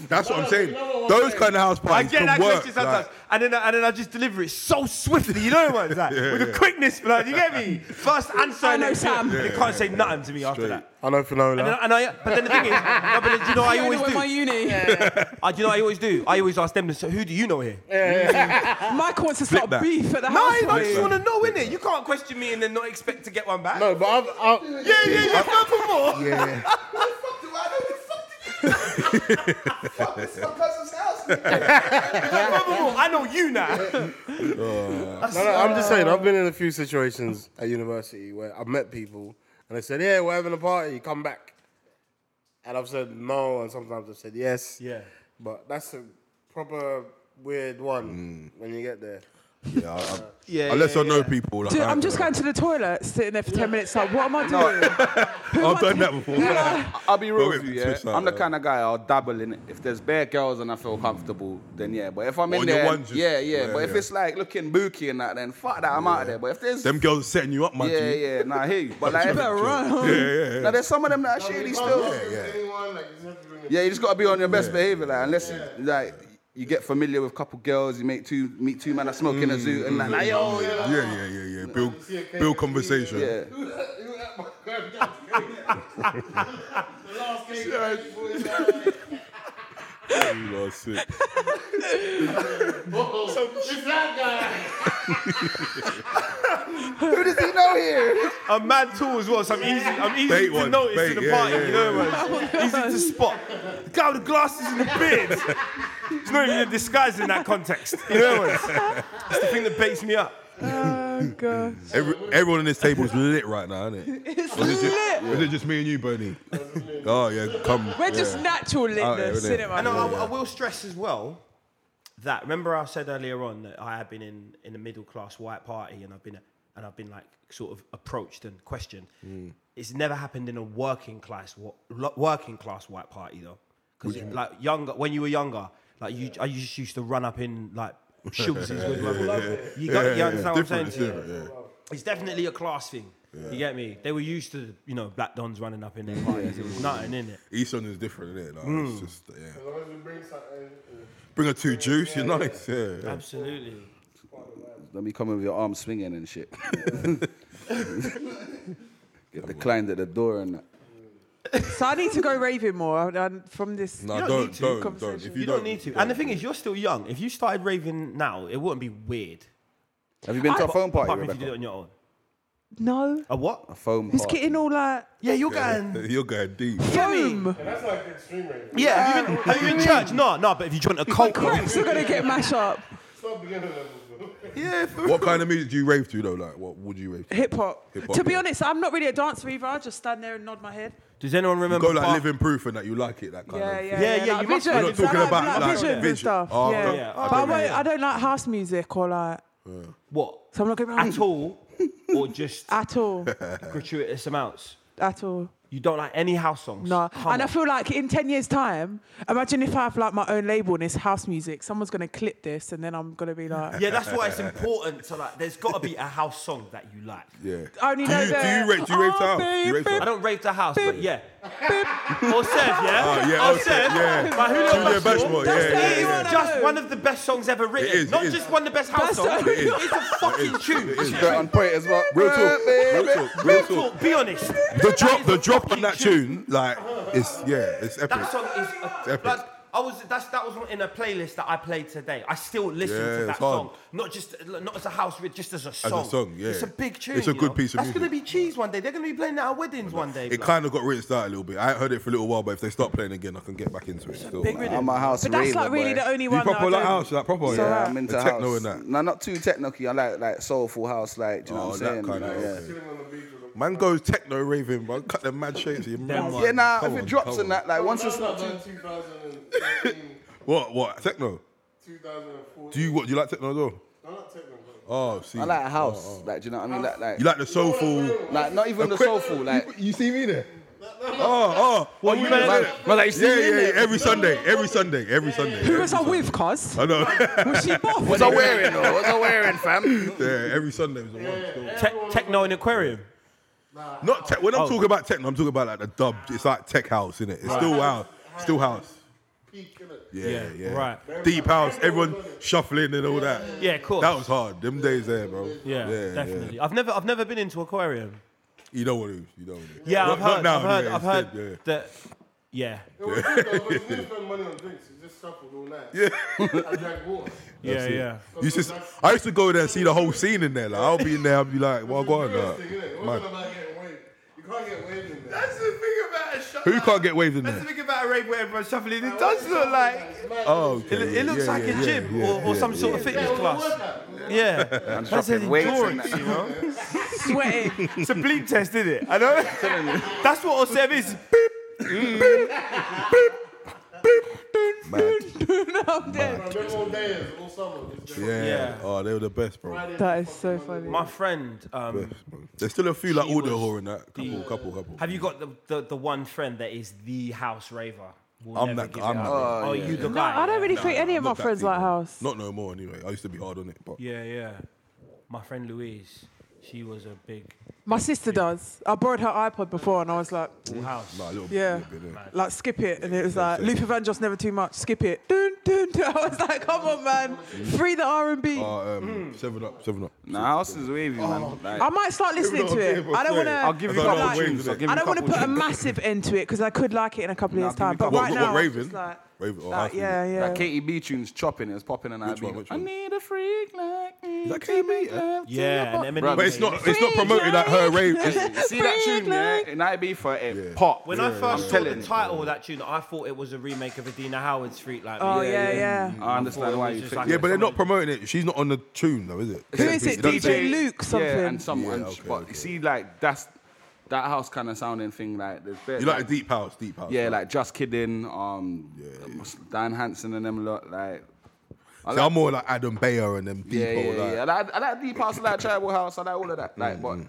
That's what I'm saying.
Another one
what I'm
Those
saying?
kind of house
I
parties
get
can
that
work,
question sometimes,
like-
and then I- and then I just deliver it so swiftly. You know what it's like with the quickness, like you get me. First answer,
I know
next
Sam.
minute. they can't say nothing to me after that.
I know Finola.
And, then, and I, but then the thing is, no, but do you know
(laughs)
what I
I
always
with my
do?
uni.
I, do you know what I always do? I always ask them, so who do you know here?
Mike wants to start
that.
beef at the
No,
house.
I just
party.
want to know, innit? You can't question me and then not expect to get one back.
no, but I've, I've
Yeah, yeah, yeah, couple more.
yeah.
Couple more. I know you now.
No, no, I'm just saying. I've been in a few situations at university where I've met people and they said, "Yeah, we're having a party. Come back." And I've said no, and sometimes I've said yes.
Yeah.
But that's a proper weird one when you get there.
Yeah, I, I,
Yeah,
unless
yeah,
I know
yeah.
people. Like,
Dude,
I
I'm
ain't
just
gonna-
going to the toilet, sitting there for 10 minutes, like, what am I doing? (laughs) Who
I've
am I
done that
doing?
before.
I'll be real
But
with
wait, uh,
you, yeah.
twist that,
I'm the
yeah.
kind of guy I'll dabble in it. If there's bare girls and I feel comfortable, then yeah. But if I'm
On
in
your
there,
one, just-
yeah, yeah.
yeah,
But if
yeah.
it's like looking booky and that, then fuck that, I'm out of there. But if there's
Them girls are setting you up, man.
yeah, yeah, nah, I hear you.
(laughs)
But like,
Better run.
now there's some of them that are shady still.
Anyone, like, you just have to bring a
Yeah, you just gotta be on your best behavior, like unless you like you get familiar with a couple girls, you make two meet two men that smoke
Mm,
in a zoo, and like, like yo, yeah.
Yeah, yeah, yeah, yeah. Build, build
(laughs)
conversation.
yeah.
(laughs)
You are sick.
It's that guy.
Who does he know here?
A mad tool as well, so I'm easy, I'm easy
Bait
to
one,
notice
bait,
in the
yeah,
party,
yeah,
you know what I mean? Easy to spot. The guy with the glasses and the beard. It's not even a disguise in that context, you know what I mean? It's the thing that baits me up.
Oh, gosh.
Every, everyone on this table is lit right now, isn't it?
It's
Or Is it, just,
lit.
is it just me and you, Bernie? oh yeah, come.
We're just
yeah.
natural litness,
yeah, innit?
innit,
And
man?
I, I will stress as well that remember I said earlier on that I had been in, in a middle class white party and I've been and I've been like sort of approached and questioned.
Mm.
It's never happened in a working class wa- lo- working class white party though, because like younger when you were younger, like you I just used to run up in
(laughs)
like Schultz's with my You got you understand what I'm
Different,
saying?
different, yeah.
It's definitely a class thing. You get me? They were used to you know black dons running up in their
(laughs)
parties. It was nothing in it.
East London's different, isn't it? Like,
Mm.
It's just yeah.
As long as you bring something.
Bring a two juice, you're nice. Yeah, yeah.
Absolutely.
Let me come with your arms swinging and
(laughs)
shit. Get declined at the door and that.
So I need to go raving more I- I- from this.
Nah,
don't
don't,
need to.
don't, don't,
Conversation.
If
You,
you,
don't, need to. And the thing is, you're still young. If you started raving now, it wouldn't be weird.
Have you been to a phone party,
Apart from if you did it
Rebecca?
on your own.
No.
A what?
A phone
Who's
party.
getting all uh, that?
Yeah, you're
don't.
going.
You're going deep.
Boom.
That's like extreme right now.
Yeah,
Uh,
have you been, have you been church? No, no, but if you join a cult.
Crepes are going to get mash up.
It's not beginner level, bro.
yeah, for
What kind of music do you rave to though? Like, what would you rave to?
Hip hop.
Hip-hop,
To be
yeah.
honest, I'm not really a dancer either. I just stand there and nod my head.
Does anyone remember?
Go like
Bar-
living proof and that you like it. That kind
Yeah,
of.
yeah,
Yeah,
yeah.
yeah,
like
you must- We're
visions.
not talking
I like,
about,
like,
like,
visions
vision.
and stuff.
Oh,
yeah.
okay.
Yeah,
but I,
okay,
won't-
yeah.
I don't like house music or like.
What?
So I'm not going around (laughs)
At all, or just
At all.
gratuitous amounts?
At all.
You don't like any house songs?
No.
Come
and I
on.
feel like in 10 years' time, imagine if I have like my own label and it's house music. Someone's going to clip this and then I'm going to be like.
Yeah, that's why it's important to like. There's got to be a house song that you like.
Yeah.
I only
do
know
you, do
that-
you rave? Do you rave to
Oh,
house? Do you rave to
baby.
I
house?
don't rave the house, but yeah. or Sev, yeah?
Oh, yeah,
or
or
Sev.
Sev, yeah.
By Julio
Julio
Bashmore.
Bashmore, yeah,
That's yeah, the yeah, only yeah. one I
Just
know.
one of the best songs ever written.
is, it
Not
is.
just one of the best house
That's the
songs.
only
It is.
It's a fucking tune.
It is.
Straight on point as well.
Real talk. Real
Baby.
talk. Real
Real
talk.
talk, be honest.
The
That
drop,
is
the
a
drop on
fucking
that tune, like it's yeah, it's epic.
That song is a,
epic.
like I was that's that was in a playlist that I played today. I still listen
Yeah,
to that
it's hard.
song, not just not as a house, ri- just as a song.
song, yeah.
It's a big tune.
It's a
you
good
know?
piece of
That's gonna be
music.
cheese one day. They're gonna be playing that at weddings one day.
It
blood.
kind of got rinsed out a little bit. I ain't heard it for a little while, but if they start playing again, I can get back into it. Still.
big rhythm.
I'm a house
But that's
raver,
like really
boy.
the only
you
one.
proper
that
like
I
house, like proper
It's
yeah.
alright.
Yeah, I'm into
The techno
house.
and that.
No, not too technical. I like like soulful house, like do you know
Oh,
what I'm
that
saying?
kind
Like,
of-
yeah.
okay. Man goes techno raving, bro. Cut them mad shapes. You're mad.
one.
Yeah, nah,
Come
if
on,
it drops
come
and
on.
that, like once
Oh,
it's
That's
not
not
too.
like 2013,
(laughs) What? What? Techno?
2014.
Do you what? Do you like techno as well?
I'm not taking them, bro.
Oh, see.
I like a house, like do you know what I mean? Like, like,
You like the soulful?
like not even the
Quick- (laughs)
soulful, like
you, you see me there? Oh, oh. What
you
you
man-
like?
man, like, you see
yeah,
me
yeah,
there?
yeah. Every Sunday, every Sunday, every Sunday.
Who was I with,
(laughs)
cuz?
I know.
Was she both?
what's I wearing though? What's I wearing, fam?
yeah, every Sunday was the one. still.
Te- techno and aquarium.
Not
Oh.
tech. When I'm talking about techno, I'm talking about like the dub. It's like tech house, innit? It's still house. Still house.
peak, innit?
Yeah, yeah.
right.
Deep house, everyone shuffling and all that.
Yeah, of course.
That was hard. Them days there, bro.
yeah, definitely. I've never, I've never been into aquarium.
You don't want to. You don't want to.
Yeah,
Not-
I've
not
heard,
now,
I've heard,
anyway,
I've heard
instead, yeah.
that. Yeah,
It was good though, because we didn't spend money on drinks. We just shuffled all night. Yeah. I drank water.
yeah, yeah.
You used to, I used to go there and see the whole scene in there. Like I'll be in there, I'll be like, "Well, go on."
Interesting,
Like,
innit? It
man.
wasn't about getting waved. You can't get waved in there.
That's the thing about a shuffle.
Who can't get waved in
That's
there?
the thing about a rave where everyone's shuffling. It does look like
Oh,
it,
okay.
it looks
Yeah,
like
yeah,
a
yeah,
gym
yeah,
or, or
yeah,
some sort of fitness class. Yeah, that's an
dropping weights and
endurance,
that.
you know.
(laughs) Sweating.
It's a bleep test, is it? I know. That's what Osef
(laughs)
is. Beep.
I'm dead.
Remember all days, all summer. just
Yeah.
Yeah.
Oh, they were the best, bro.
(laughs) That is so funny.
My friend, um,
There's still a few like
She
audio
was
whore in that. Couple, couple, couple.
have you got the, the, the one friend that is the house raver? Will
I'm
never
that-
give it
I'm
up.
that
Oh, you the
no,
guy?
I don't really think any of
Not
my
that
friends
deep,
like
bro.
house.
Not no more anyway. I used to be hard on it, but
Yeah, yeah. My friend Louise, she was a big
My sister does. I borrowed her iPod before, and I was like,
house.
nah, a little,
Yeah.
little bit. Yeah.
like skip it, and it was like Luther Vandross never too much. Skip it. Dun, dun, dun. I was like, come on, man, free the R and B. I
Uh, um,
Mm.
Seven up, seven up.
(laughs) Nah, house is wavy,
Oh.
man. Like,
might start listening to it. I don't want to.
I'll give you a
That's
couple
like-
tunes. I'll give you
I don't want to
couple
put a
tunes.
massive end to it because I could like it in a couple of years'
give me
time. But
couple-
right
What-
now,
what,
I'm
Raven?
just like,
Raven. Oh,
like,
House Music.
yeah, yeah.
That Katie B tune's chopping. It's popping and I
Which
be.
one, which
I
one?
need a freak like me.
that
to
Katie B,
make
yeah?
love to
Yeah,
your
and
bo-
Eminem
But it's not. It's not promoted like her rave.
You See that tune, yeah? And I be for it. Pop.
When I first
I'm
saw
telling
the
you.
title of that tune, I thought it was a remake of Adina Howard's Street Like Me.
Oh yeah, yeah.
I understand why
It's
you
just
think
like
(laughs) Yeah,
that.
but they're not promoting it. She's not on the tune though, is it?
Who is it?
You don't
DJ
say-
Luke
Yeah,
something.
and someone.
Yeah, okay,
but
okay.
you see, like that's that house kind of sounding thing. Like there's bit,
You like the deep house, deep house.
yeah,
right?
like just kidding. Um, Dan Hansen and them lot. Like
See, I'm more like Adam Bayer and them deep.
yeah, yeah,
like, Mm,
yeah. I like, I like deep house. I like tribal house. I like all of that. Like, but.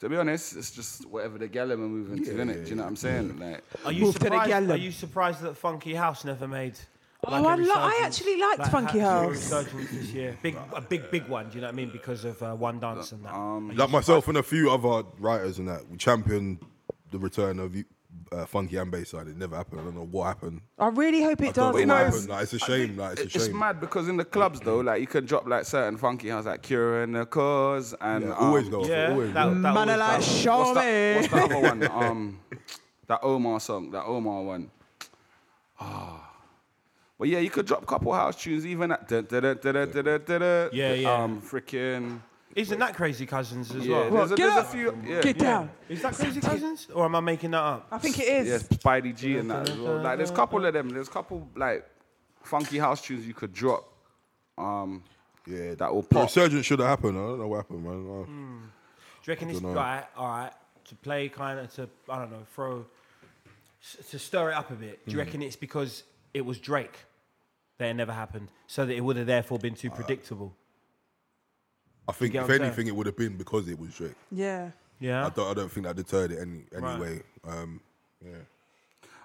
To be honest, it's just whatever the gallum are moving to, innit? Do you know what I'm saying? Like,
Are you
Move to the
surprised? Are
gallon.
you surprised that Funky House never made?
Oh, I
a
lo- I
resurgence-
actually liked Funky
ha- a
House.
resurgence this year. Big, a big, big one. Do you know what I mean? Because of uh, One Dance and that.
like myself and a few other writers and that we championed the return of uh, funky and Bayside. It never happened. I don't know what happened.
I really hope it
I don't
does.
know what
know,
man.
it's-
happened. Like, it's a shame. Like it's a
It's
shame.
mad because in the clubs though, like you can drop like certain funky house like Cure and the Cause and
Yeah,
um,
always go.
yeah,
Always.
that,
go.
that
Man, I
always-
like
What's
show
that,
me.
what's that other
(laughs)
one? Um, that Omar song, that Omar one. Ah, but yeah, you could drop couple house tunes even at da da da da da da da da. da,
Yeah, yeah.
Um, freaking
Isn't that Crazy Cousins as
yeah.
well?
There's a,
get
there's a
up.
few. Yeah,
Get
yeah.
down.
Is that Crazy Cousins? Or am I making that up?
I think it is.
Yeah, Spidey G and that as well. Like there's a couple of them. There's a couple like funky house tunes you could drop. Um,
Yeah,
that will
The
pop.
resurgence should have happened. I don't know what happened, man. Oh.
Do you reckon this guy, all right, to play kind of to I don't know, throw s- to stir it up a bit? Do
Mm-hmm.
you reckon it's because it was Drake that it never happened, so that it would have therefore been
Uh,
too predictable?
I think
get
if
what I'm saying?
anything, it would have been because it was Drake.
yeah.
Yeah.
I don't. I don't think that deterred it any any
Right.
way. Um, yeah.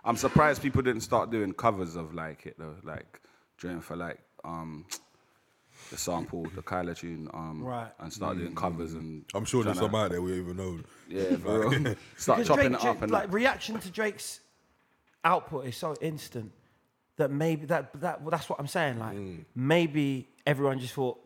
I'm surprised people didn't start doing covers of like it though, like doing for like um the sample, the Kyla tune, um,
Right.
and start doing covers and
I'm sure there's
tryna-
some out there we don't even know.
yeah, for real. (laughs) start
Because
chopping
Drake-
it up and
like reaction to Drake's output is so instant that maybe that that well, that's what I'm saying. Like
Mm.
maybe everyone just thought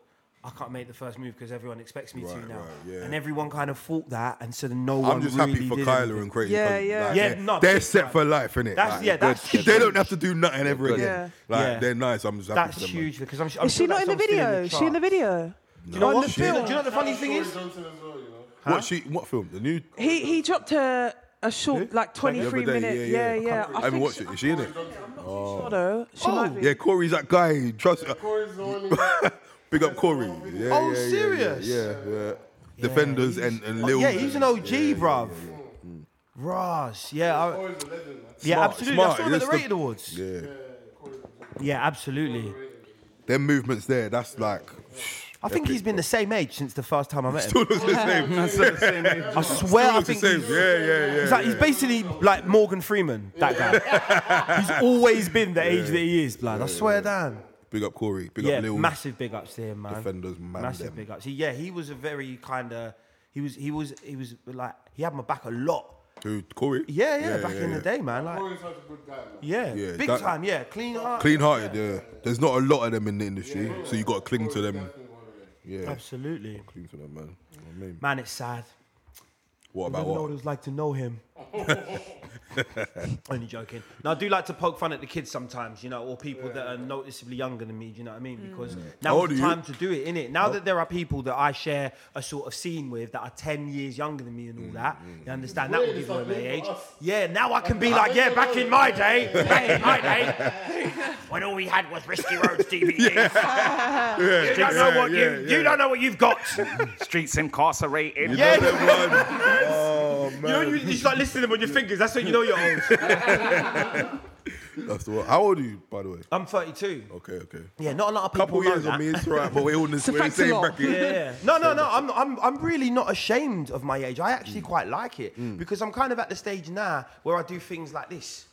I can't make the first move because everyone expects me to
Right,
now,
right, yeah.
and everyone kind of thought that, and so then no one.
I'm just
really
happy for
did
Kyler
anything.
and Crazy.
Yeah,
Cousins.
yeah.
Like,
Yeah,
they're,
no,
they're
big
set
time.
for life, innit?
That's- yeah, that's
they're- They
huge.
don't have to do nothing ever again.
Yeah.
Like
Yeah.
they're nice. I'm just happy
That's
for them, man.
huge because I'm. su- I'm
Is she
sure
not
that
in the
song's still
video?
the
Is she in the
charts. Do
video?
you know
On
what?
the
Do you know
film.
what the funny thing is?
Johnson as well, you know.
What she? What film? The new.
He he dropped her a short, like
The other
23
day,
minute.
yeah, yeah.
Yeah, yeah.
I haven't
think
watched
she-
it. Is she in it?
Sure though. She might be.
Yeah, Corey's that guy. Trust.
Corey's the
(laughs)
only guy.
Big up Corey. Yeah,
Oh,
yeah, yeah,
serious?
Yeah, yeah. yeah. Defenders and, and
Oh,
Lil.
yeah, he's an OG, bruv. Ross, yeah, I-
Corey's a legend, man.
yeah,
Smart,
absolutely.
smart.
I saw him at
He's
the
the-
Rated Awards.
Yeah.
yeah, absolutely.
Their movements there, that's like.
I think he's been the same age since the first time I met him.
Still looks the same.
I swear,
Still
I
looks the
think
same.
he's,
Yeah, yeah, yeah.
he's like, he's basically like Morgan Freeman, that guy. he's always been the age that he is, blood. I swear down.
Big up Corey. Big
Yeah,
up Lil.
massive big ups to him, man.
Defenders, man,
massive
them.
big ups. He, yeah, he was a very kind of he was he was he was like he had my back a lot
Who Corey?
Yeah, yeah, back in the day, man. Like,
Corey's such a good guy, man.
yeah,
Yeah,
big
that-
time. Yeah, clean heart.
Clean hearted, yeah. There's not a lot of them in the industry, so you got to cling to them. Yeah,
Absolutely,
cling to them, man. You know what I mean?
man. It's sad.
What
I
about
never know what
what?
it was like to know
(laughs)
him. Only joking. Now I do like to poke fun at the kids sometimes, you know, or people that are noticeably younger than me. Do you know what I
Mm.
mean? Because now now's
old
the
are you? Oh.
time to do it, innit? Now that there are people that I share a sort of scene with that are ten years younger than me
Mm,
and all that, you understand? that would
Weird, it's
give them
like
their
being
age.
for us.
Yeah, now I can be like, yeah, back in my day,
(laughs)
back in my day, (laughs) when all we had was
(laughs)
Risky Roads DVDs. (laughs) you don't know what you you don't know what you've got.
Streets incarcerated.
You
Yeah.
know them, man. Oh man,
You know, you, you start listening to them on your fingers. That's when you know you're
(laughs)
old.
Um, that's the one. How old are you, by the way?
I'm 32.
Okay, okay.
Yeah, not a lot of people
Couple
know
years
that.
on me, it's all right, but we're all in this-
a
we're in the
factor
same
lot.
bracket.
Yeah, yeah. No, no, no. I'm, I'm, I'm really not ashamed of my age. I actually
Mm.
quite like it because I'm kind of at the stage now where I do things like this.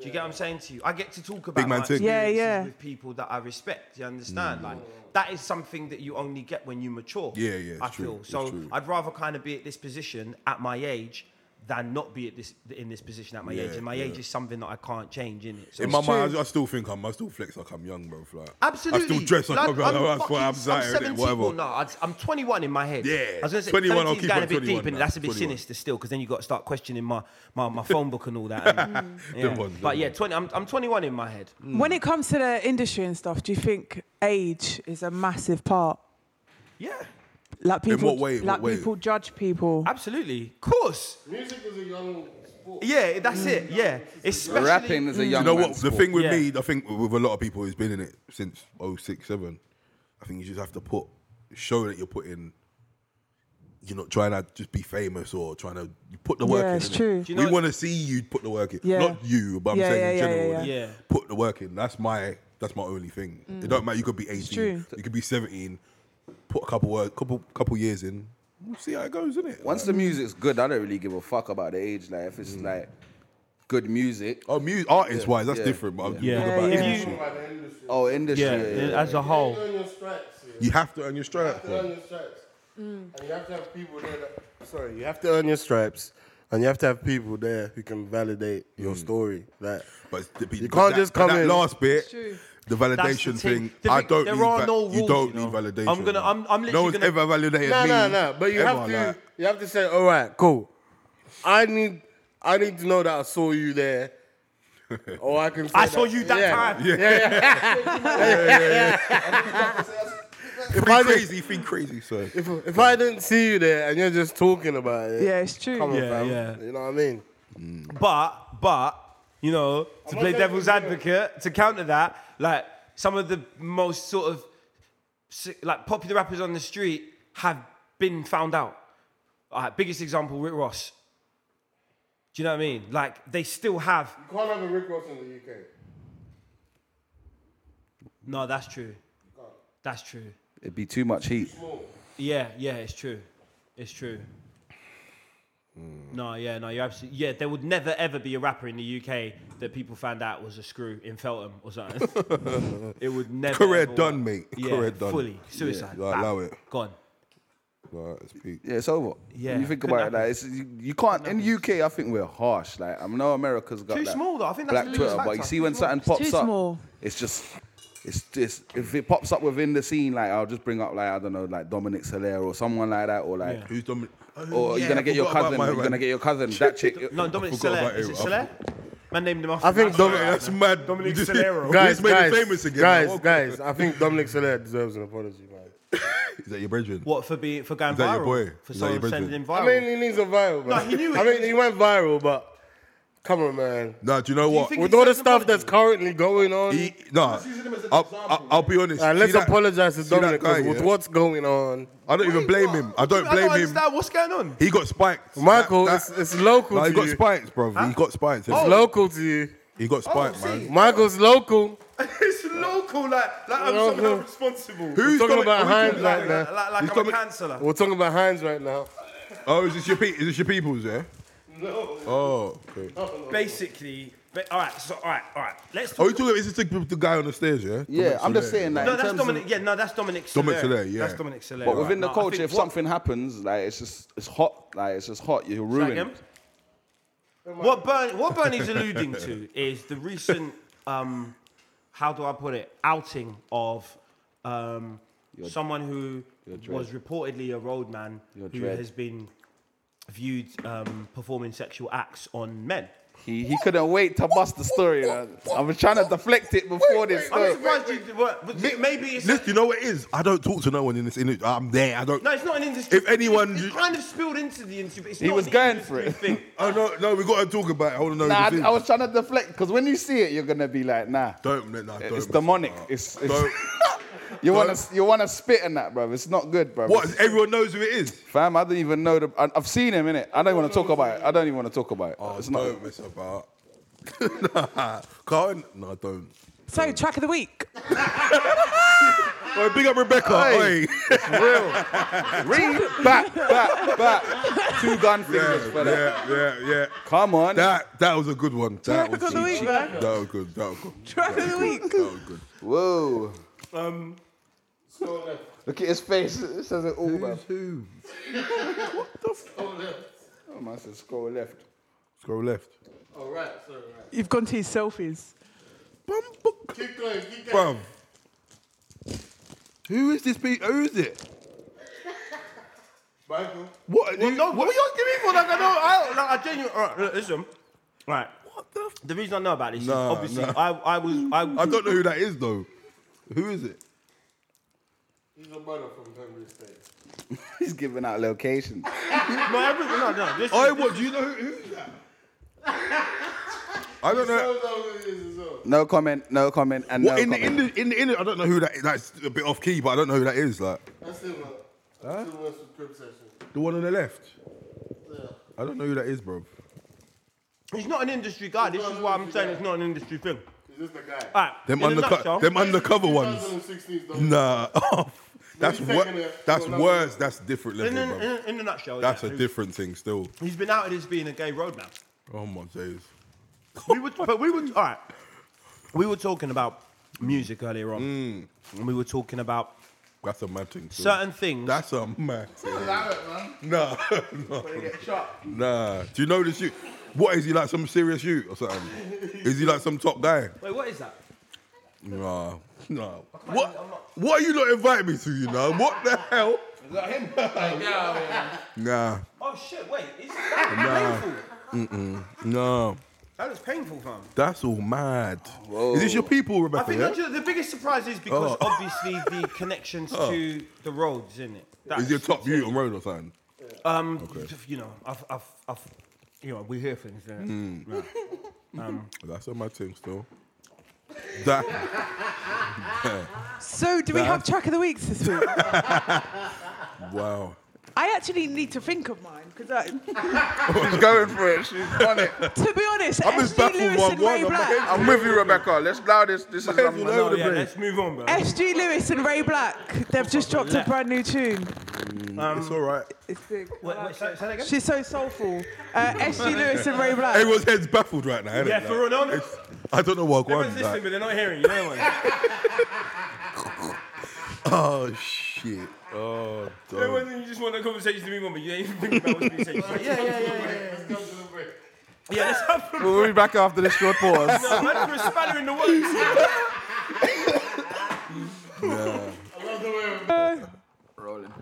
Do you get what I'm saying to you? I get to talk about
man
my
thing.
experiences
Yeah, yeah.
with people that I respect. You understand? Like that is something that you only get when you mature.
Yeah, yeah, it's
I
true,
feel
it's
so.
true.
I'd rather kind of be at this position at my age than not be at this in this position at my age. And my
yeah.
age is something that I can't change in it. So
In my mind, I, I still think I'm. I still flex like I'm young, bro. Like,
Absolutely.
I still dress like,
Like,
I'm, I'm, I'm,
fucking-
I'm, Zaire, innit,
17
whatever.
Well, no, I'd- I'm 21 in my head.
Yeah.
I was gonna say
21,
21.
I'll
I'll
keep
down
it
a bit
21
deep, and
now,
that's a bit
21.
sinister still, because then you got to start questioning my, my, my phone book and all that.
(laughs)
and- yeah.
ones, them
but yeah,
ones.
20. I'm, I'm 21 in my head.
When it comes to the industry and stuff, do you think age is a massive part?
Yeah,
Like people,
what way? In what
like
way?
people judge people.
absolutely, of course.
Music is a young sport. Mm.
Yeah, that's it. Yeah, especially
Rapping is a young
You know
man's
what? The
sport.
thing with
Yeah.
me, I think with a lot of people who's been in it since 06, 7, I think you just have to put, show that you're putting, you're not trying to just be famous or trying to, you put the work
Yeah,
in.
it's
innit?
true. Do
you
we
know-
want to see you put the work in.
Yeah.
Not you, but I'm
Yeah,
saying
yeah,
in
yeah,
general.
yeah,
yeah.
innit?
Yeah.
Put the work in. That's my, that's my only thing. It don't matter, you could be 18,
true.
you could be 17, put a couple, work, couple, couple years in, we'll see how it goes, innit?
Once the music's good, I don't really give a fuck about the age. Like if it's
Mm.
like good music.
Oh, music, artist wise, that's
Yeah.
different. But I'm talking
Yeah.
about
Yeah, yeah.
industry.
By the industry.
Oh, industry.
Yeah,
yeah, yeah.
as a whole.
You earn your stripes. Yeah.
You have to earn your
You
stripes.
have to earn your stripes. And you have to have people there that.
Sorry, you have to earn your stripes, and you have to have people there who can validate your story. Like,
But it's the people,
You can't
that,
just
but
come
that
in.
last bit,
true.
the
That's
validation
the
thing.
thing. The
I
thing-
don't
there
need
are
va-
no
You
rules,
don't
you know.
need validation.
I'm gonna- I'm- I'm
no
literally
one's
gonna-
ever validated
no,
me.
no, no. But you
ever,
have to,
like.
you have to say, all right, cool. I need, I need to know that I saw you
(laughs)
there. Or I can. Say
I saw
that-
you that
yeah.
time.
Think
I did-
crazy, think crazy, sir.
If, if I didn't see you there and you're just talking about it,
Yeah, it's true.
come on,
Yeah,
fam.
yeah.
You know what I mean?
But but you know, to play devil's advocate, to counter that, like some of the most sort of si- like popular rappers on the street have been found out. Alright, biggest example, Rick Ross. Do you know what I mean? Like they still have.
You can't have a Rick Ross in the UK.
No, that's true. That's true.
It'd be too much heat.
Yeah, yeah, it's true. It's true. No, yeah, no, you're absolutely. Yeah, there would never ever be a rapper in the UK that people found out was a screw in Feltham or something.
(laughs)
it would never.
Career
ever work.
done, mate.
Yeah,
Career done.
Fully suicide.
Yeah, I allow
Bam.
it.
Gone.
Right, let's peek.
Yeah, it's over.
Yeah,
When you think
couldn't
about it,
happen.
like it's, you, you can't in the UK. I think we're harsh. Like I know America's got
Too
like,
small, though. I think that's
black
the
Twitter,
biggest
but you
factor.
see when something pops
too
up,
small.
it's just. It's just if it pops up within the scene, like I'll just bring up like I don't know, like Dominic Soler or someone like that, or like,
Who's dominant?
or you're gonna get your cousin, you're gonna get
(laughs)
your cousin, that chick.
No, Dominic
forgot
Soler.
about
Is
it.
it
I
Soler? Man named him after.
I think
him.
Dominic-
That's mad.
Dominic
You just-
Solero.
you
Guys,
just made him
guys,
famous again.
guys,
Like,
guys. I think Dominic Soler deserves an apology, man.
Is that your brethren?
What for being for going
Is that
viral?
your boy?
For
Is that your
someone
brethren?
sending him
I
viral.
mean, he needs a viral.
No,
man.
he knew
I
it.
mean, he went viral, but come on, man.
Nah, do you know what?
think
With
he
all the
deserves an
stuff that's
apology?
currently going on,
He, nah,
using him as an
I'll, I'll,
example,
I'll be honest.
uh,
See
let's
that-
apologize to
see that
Dominic 'cause
guy,
with
yeah?
what's going on.
I don't even blame him. I don't
I don't
blame him.
understand what's going on.
He got spiked.
Michael,
That-
it's, it's local
Nah,
to
he got
you.
spiked, bro. He got spiked.
It's local to you.
He got spiked, man.
Michael's local.
(laughs) it's local, like like I'm
Local.
somehow responsible.
Who's
talking
Dominic-
about Hines
who's Dominic-
right now.
Like, like,
He's
I'm a
Dominic-
canceller.
We're talking about Hines right now.
Oh, is this your pe- is this your people's? Yeah. No. Oh. Okay. Oh,
Basically, but, all right, so all right, all right. Let's
you
talk.
talking? Is this the, the guy on the stairs? Yeah.
yeah,
Dominic
I'm just
Soler.
saying that.
no,
in
that's
terms of-
Dominic. yeah, no, that's Dominic Soler.
Dominic Soler, yeah.
That's Dominic Soler.
But within the
No, I
culture,
think
if
what-
something happens, like it's just it's hot, like it's just hot. You're
Say
ruined.
again? What, Bern, what Bernie's alluding to is the recent, um, how do I put it, outing of um, someone who was reportedly a roadman who
dread.
has been viewed um, performing sexual acts on men.
He, he couldn't wait to bust the story. man. I was trying to deflect it before this
I'm
story.
surprised you. What, but maybe it's.
Listen, you know what it is? I don't talk to no one in this industry. I'm there. I don't.
no, it's not an industry.
If anyone-
it's, it's kind of spilled into the industry. But it's
He
not
was
an
going for
industry
it.
Thing.
Oh no, no, we gotta talk about it. Hold on, no,
Nah,
the thing-
I, I was trying to deflect because when you see it, you're gonna be like, nah.
Don't, no, no, don't
It's
mess
demonic.
it up.
It's, it's
Don't-
(laughs) you wanna
don't-
you wanna spit in that, bro. It's not good, bro.
what? Everyone knows who it is.
Fam, I don't even know the. I, I've seen him in it. I don't want to talk about it. I don't even want to talk about it. Oh, it's not.
Oh, don't mess about. (laughs) nah, can't. No, don't.
So, track of the week.
Oi, big up Rebecca.
Hey.
Hey.
Ring back, back, back. Two gun fingers
Yeah,
for that.
yeah, yeah, yeah.
Come on.
That that was a good one. That was
Track of the
good.
week, man.
That was good. That was good.
(laughs) Track of the week.
That was good.
Whoa.
Um,
Look at his face. It says it all, bro. (laughs)
Two.
Oh, man, says scroll left.
Scroll left.
All right, sorry, all right.
You've gone to his selfies.
Keep going, keep going.
Bruv. Um, Who is this? Be- who is it?
Michael.
What?
Well,
you-
no, what, are you asking me for? Like, I know, I, like, Oh, I genuinely. All right, look, listen. Right. What the? The reason I know about this
Nah,
is obviously
nah.
I, I was. I,
I don't know who that is though. Who is it?
He's a brother from Pembroke State.
He's giving out locations.
No, every, no, no. This,
I what? Do you know who, who's that? I don't
(laughs)
know.
Tell them who it is as well.
No comment. No comment. And
What
no
in the, in
comment.
the in the in the, I don't know who that. That's a bit off key, but I don't know who that is. Like
That's him, man. That's the Westwood Crib session.
the one on the left. I don't know who that is, bro.
he's not an industry guy. This is why I'm saying it's not an industry thing.
Is this the guy?
All right.
Them
in a
undercover,
nutshell-
them undercover
(laughs)
ones.
2016 though.
Nah, (laughs) that's
Maybe
wor-
second half,
that's
no, no.
worse. That's different
in, in,
level, bro.
in, in a nutshell,
That's
yeah.
a different thing still.
He's been outed as being a gay roadman.
Oh my days.
we were, but we were all right. We were talking about music earlier on,
Mm.
and we were talking about
That's a mad thing. Still.
certain things.
That's a mad thing. (laughs) Nah, nah, nah. Do you know this? You, what is he like? Some serious you or something? is he like some top guy?
Wait, what is that?
Nah, nah. What? What are you not inviting me to? You know what the hell? (laughs) Nah,
Oh shit! Wait, is that painful?
nah.
That was painful, fam.
That's all mad. Is this your people,
I
Rebecca?
think
yeah?
that's the biggest surprise is because
Oh.
obviously the connections to the roads, isn't it? That's,
Is your top view on road or something?
Um, you know, I've, I've, I've, you know, we hear things. There.
That's on my team still. That
So, do we have track of the weeks this week?
wow.
I actually need to think of mine because,
She's going for it. She's on it.
to be honest,
I'm just
SG
baffled
Lewis
by
and
one,
Ray
I'm
Black.
like-
I'm with you, Rebecca. Let's allow this. This is.
Heads all
Um,
over the
yeah,
place.
let's move on, bro.
SG Lewis and Ray Black. They've just dropped a brand new tune.
Mm,
Um,
It's all right.
It's big.
Wait, wait, say, say that again.
She's so soulful. Uh,
(laughs)
SG Lewis and Ray Black.
Everyone's heads baffled right now.
Yeah,
innit?
for real, no one-
it's- I don't know what
Everyone's
going
listening,
like,
but they're not hearing you. No one.
Oh shit. Oh. dog.
Everyone, you just want the conversation to move on, but you ain't even thinking about what's being said. You're like, (laughs) Yeah, yeah, yeah, yeah.
Let's come to the break.
Yeah, let's have a
we'll be back after this short
(laughs)
pause.
man for a spanner in the works.
Rolling.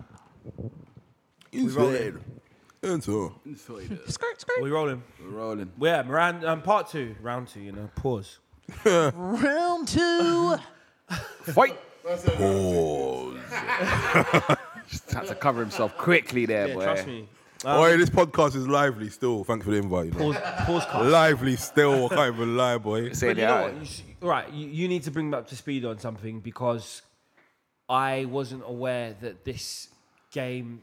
It's weird. It's all.
Skirt,
(laughs)
skirt.
We rolling.
We're rolling.
Well, Yeah, round um, part two, round two. You know, pause.
Round two.
Fight.
Pause.
Had to cover himself quickly there, boy.
Trust (laughs) me.
Oi, this podcast is lively still. Thanks for the invite. You know.
Pause. Pause. Cast.
Lively still. I can't even lie, boy.
Say
But
the
you know
eye.
what? You s- right, you, you need to bring me up to speed on something because I wasn't aware that this game,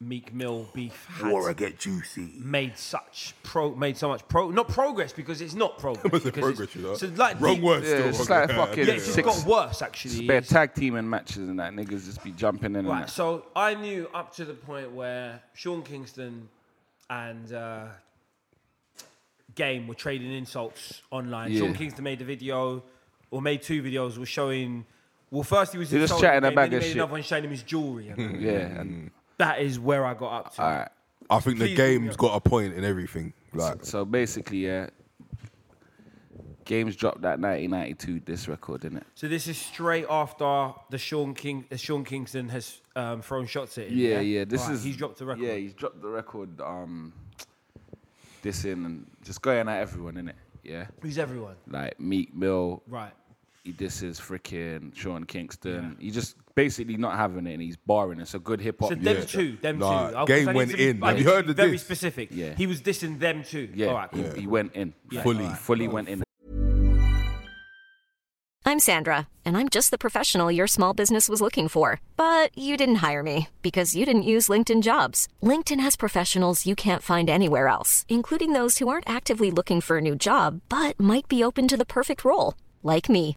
Meek Mill beef, had
get juicy.
made such pro, made so much pro, not progress because it's not
(laughs)
progress.
What's the
because it's-
progress, you know?
So like
Wrong
the-
word
Yeah,
still.
it's just like
Yeah,
fucking
Yeah, it's just
Six.
got worse actually.
Bare
It's-
tag team and matches and that. Niggas just be jumping in and
Right,
that.
so I knew up to the point where Sean Kingston and uh, Game were trading insults online. Sean
Yeah.
Kingston made a video, or made two videos, was showing. Well, first he was
He was
insulting
chatting
Game,
a
then
bag
he
of
made
shit.
another one showing him his jewelry.
(laughs)
and
yeah. And,
that is where I got up to.
all right.
I think the
Please,
game's
yeah.
got a point in everything. Like,
So basically, yeah. Games dropped that 1992 this record, didn't it?
So this is straight after the Sean King. The Sean Kingston has um, thrown shots at him.
Yeah, yeah. This
Alright,
is
he's dropped the record.
Yeah, he's dropped the record. Um, this in and just going at everyone in it. Yeah,
Who's everyone?
like Meek Mill.
Right.
He disses freaking Sean Kingston. He just basically not having it, and he's barring. It's a good hip hop.
So
yeah.
them two, them
Nah,
two. I- 'cause
game
I need
went
to be-
in.
I
Have
need
you
to
heard
be
the
Very
diss?
specific.
Yeah.
He was dissing them too.
Yeah,
All right. Cool.
he, he went in
Fully.
Like, fully went in.
I'm Sandra, and I'm just the professional your small business was looking for. But you didn't hire me because you didn't use LinkedIn jobs. LinkedIn has professionals you can't find anywhere else, including those who aren't actively looking for a new job but might be open to the perfect role, like me.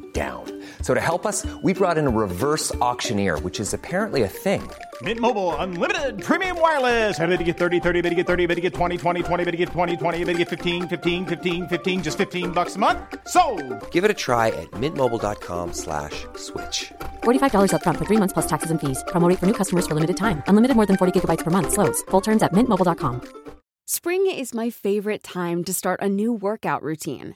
down. So to help us, we brought in a reverse auctioneer, which is apparently a thing.
Mint Mobile unlimited premium wireless. Ready to get 30, 30, bit to get 30, bit to get 20, 20, 20, bit to get 20, 20, bit to get 15, 15, 15, 15 just 15 bucks a month. So,
Give it a try at mintmobile.com slash switch.
$45 upfront for three months plus taxes and fees. Promo rate for new customers for limited time. Unlimited more than 40 gigabytes per month. Slows. Full terms at mintmobile.com.
Spring is my favorite time to start a new workout routine.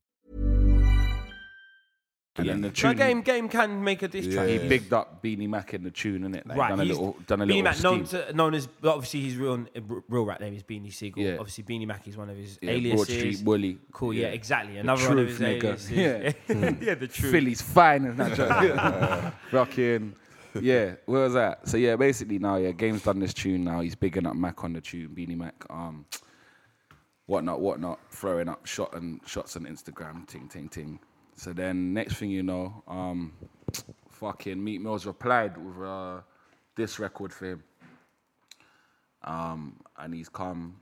And then the
No,
tune.
game game can make a diss track.
He bigged up Beanie Mac in the tune, innit? Like,
Right,
Done a
he's-
little, done a
Beanie
little.
Mac, known,
steam.
to, known as obviously his real real rap name is Beanie Siegel.
Yeah.
Obviously, Beanie Mac is one of his
Yeah,
aliases.
Broad Street Bully.
Cool, yeah, exactly.
The
Another one of his
truth, nigga.
aliases.
(laughs) Yeah.
(laughs) yeah, the truth.
Philly's
(laughs)
finest. Not (laughs) joking. Rocking. Yeah, where was that? So yeah, basically now yeah, Game's done this tune now. He's bigging up Mac on the tune, Beanie Mac, um, whatnot, whatnot, throwing up shot and shots on Instagram, ting ting ting. So then next thing you know, um, fucking Meat Mills replied with uh, this record for him, um, and he's come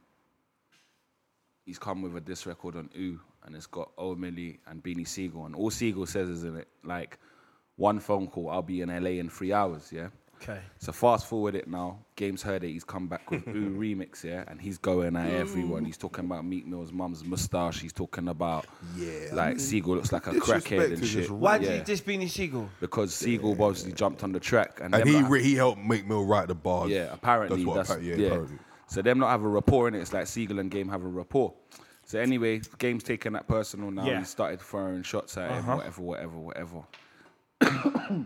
he's come with a diss record on Ooh, and it's got Old Millie and Beanie Siegel, and all Siegel says is in it like one phone call, I'll be in LA in three hours, yeah.
Okay.
So fast forward it now. Games heard it. He's come back with
(laughs)
Ooh remix, yeah, and he's going at everyone. He's talking about Meat Mill's mum's mustache. He's talking about yeah, like Siegel looks like a crackhead
Mm-hmm. Disrespect
and
is
shit.
just
Why
yeah.
did he diss Beanie Siegel?
Because Siegel obviously jumped on the track, and,
and
them
he
lot-
re- he helped make Mill write the bars.
yeah, apparently.
That's what
That's,
appa-
yeah,
yeah, apparently.
So them not have a rapport in it. It's like Siegel and Game have a rapport. So anyway, Game's taking that personal now.
Yeah.
He started firing shots at him, whatever, whatever, whatever. (coughs)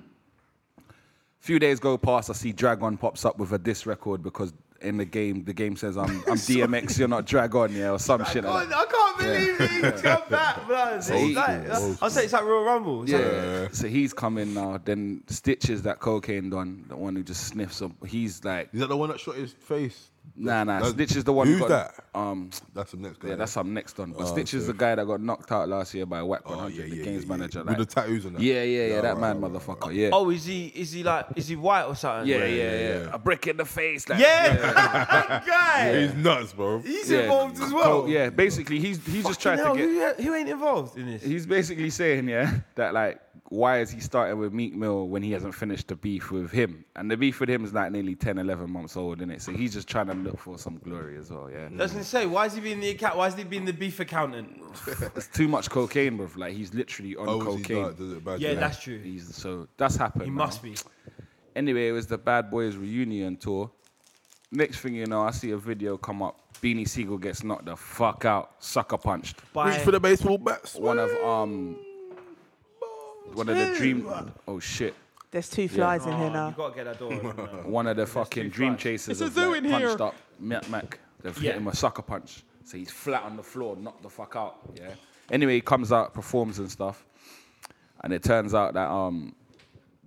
Few days go past, I see Dragon pops up with a diss record because in the game, the game says
(laughs)
I'm, I'm DMX, you're not Dragon, yeah, or some shit like that.
I can't believe he
(laughs)
jumped back, bro. It's
Old
like-
school, old
I'll say it's like Royal Rumble. It's like-
Yeah. So he's coming now. Then Stitches, that cocaine don, the one who just sniffs up. He's like,
Is that the one that shot his face?
nah, nah.
That's-
Stitch is the one. who
Who's
got-
that?
Um,
That's the next guy.
Yeah, that's some next on. But
Oh,
Stitch is
so-
the guy that got knocked out last year by a whack
Oh,
100,
yeah,
the
yeah,
games
yeah, yeah.
manager.
With
like-
the tattoos and that.
Yeah, yeah, yeah,
Yeah,
that
right,
man,
right, right,
motherfucker. Yeah.
Oh, is he? Is he like? Is he white or something?
yeah, yeah, yeah, A brick in the face. Like,
Yeah, (laughs)
(laughs)
that guy.
He's (laughs) nuts, bro.
He's
Yeah.
involved as
Co-
well.
yeah, basically, he's he's just
Fucking
trying
hell,
to get.
who, who ain't involved in this?
He's basically saying, yeah, that like, why is he starting with Meek Mill when he hasn't finished the beef with him? And the beef with him is like nearly 10, 11 months old, isn't it? So he's just trying to look for some glory as well, yeah.
That's insane. Why is he being the account? Why is he being the beef accountant?
It's too much cocaine, bruv. Like he's literally on
Oh, is he
cocaine.
dark? Does it bad
Yeah,
to that?
that's true. He
He's, so that's happened. now.
must be.
Anyway, it was the Bad Boys reunion tour. Next thing you know, I see a video come up. Beanie Siegel gets knocked the fuck out, sucker punched.
By,
Reach for the baseball bats.
One of um, one of the dream. Oh shit!
There's two flies in here
Oh, you
now.
gotta get that door. open,
(laughs)
man.
One of the fucking
too
dream
fast.
chasers
It's a
have,
zoo
like,
in here.
punched up Mac Mac. They've
Yeah.
hit him a sucker punch, so he's flat on the floor, knocked the fuck out. Yeah. Anyway, he comes out, performs and stuff, and it turns out that um,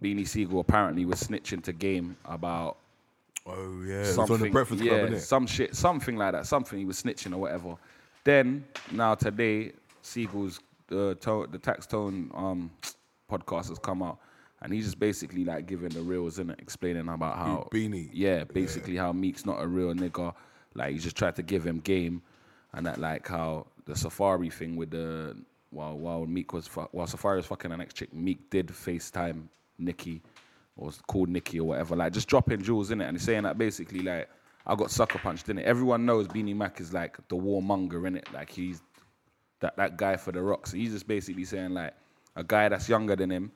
Beanie Siegel apparently was snitching to Game about
Oh yeah, it's
something.
on the Breakfast Club,
yeah,
innit?
some shit, something like that. Something he was snitching or whatever. Then now today, Siegel's uh, to- the Tax Tone um, podcast has come out, and and he's just basically like giving the reels and explaining about how
Beanie.
yeah, basically how Meek's not a real nigga. Like he just tried to give him game, and that like how the Safari thing with the while while Meek was fu- while Safari was fucking an ex chick, Meek did FaceTime Nikki or was called Nikki or whatever. Like just dropping jewels in it, and he's saying that basically like I got sucker punched in it. Everyone knows Beanie Mac is like the warmonger in it. Like he's that that guy for the rocks. He's just basically saying like a guy that's younger than him.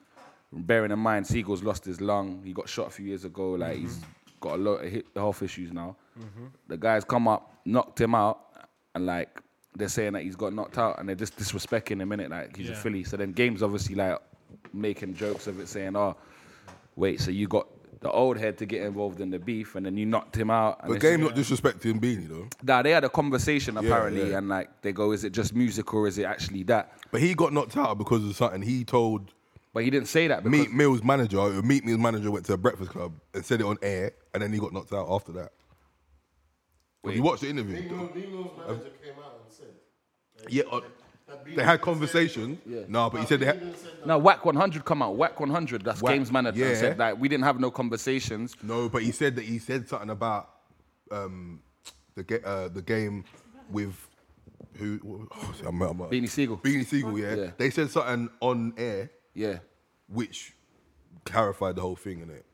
Bearing in mind, Seagull's lost his lung. He got shot a few years ago. Like he's got a lot of hit- health issues now.
Mhm.
The guys come up, knocked him out, and like they're saying that he's got knocked out, and they're just disrespecting him in it. Like he's a
Yeah.
Philly. So then games obviously like making jokes of it, saying, "Oh, wait, so you got." The old head to get involved in the beef, and then you knocked him out. and
But
it's-
game not disrespecting Beanie though.
Nah, they had a conversation
Yeah,
apparently,
yeah.
and like they go, "Is it just music or is it actually that?"
But he got knocked out because of something he told.
But he didn't say that.
Meat Mill's manager, or Meat Mill's manager, went to a breakfast club and said it on air, and then he got knocked out after that. When you watch the interview,
Big Mill- Big Mill's manager came out and said.
yeah, uh, they had conversation. No, but he said they had.
No, Whack 100 come out. Whack 100. That's
Whack,
Games Manager.
yeah.
Said like we didn't have no conversations.
No, but he said that he said something about um, the ga- uh, the game with who? Oh, see, I'm, I'm,
Beanie Siegel.
Beanie Siegel. Yeah.
Yeah.
They said something on air.
Yeah.
Which clarified the whole thing in it.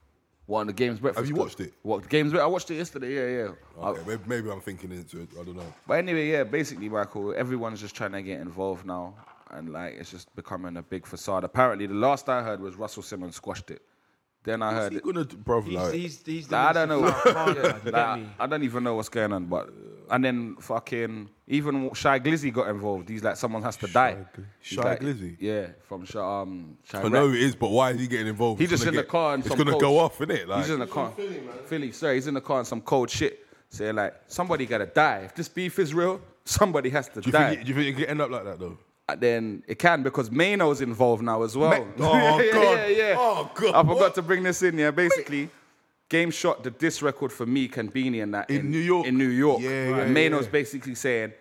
What on the games breakfast?
Have you
Club?
watched it?
What games? Bre- I watched it yesterday. Yeah, yeah.
Okay, maybe, maybe I'm thinking into it. I don't know.
But anyway, yeah. Basically, Michael, everyone's just trying to get involved now, and like it's just becoming a big facade. Apparently, the last I heard was Russell Simmons squashed it. Then I
What's
heard
he
it.
gonna do, bruv, He's- like-
he's- he's the
Like, I
most
don't know.
defiant man,
(laughs) Yeah,
you get
like,
me?
I don't even know what's going on, but. And then fucking even Shy Glizzy got involved. He's like, someone has to die. He's
Shy
like-
Glizzy?
yeah, from Shy. Um, Shy
I know
Rep.
it is, but why is he getting involved?
He's just
It's
in
gonna
the
get-
car and
it's
some
gonna
cold
go
sh-
off, innit? Like,
he's in the car. Philly, sorry, he's in the car and some cold shit. Saying like, somebody gotta die. If this beef is real, somebody has to
do you
die.
think it, do you think it could end up like that though?
And uh, then it can because Mano's involved now as well.
Ma-
(laughs)
Oh,
yeah,
God.
yeah, yeah.
Oh, God.
I forgot
What?
to bring this in. Yeah, basically, Game shot the diss record for Meek and Beanie and that in, New York. In New York,
Yeah, yeah,
and Mano's
yeah.
basically saying,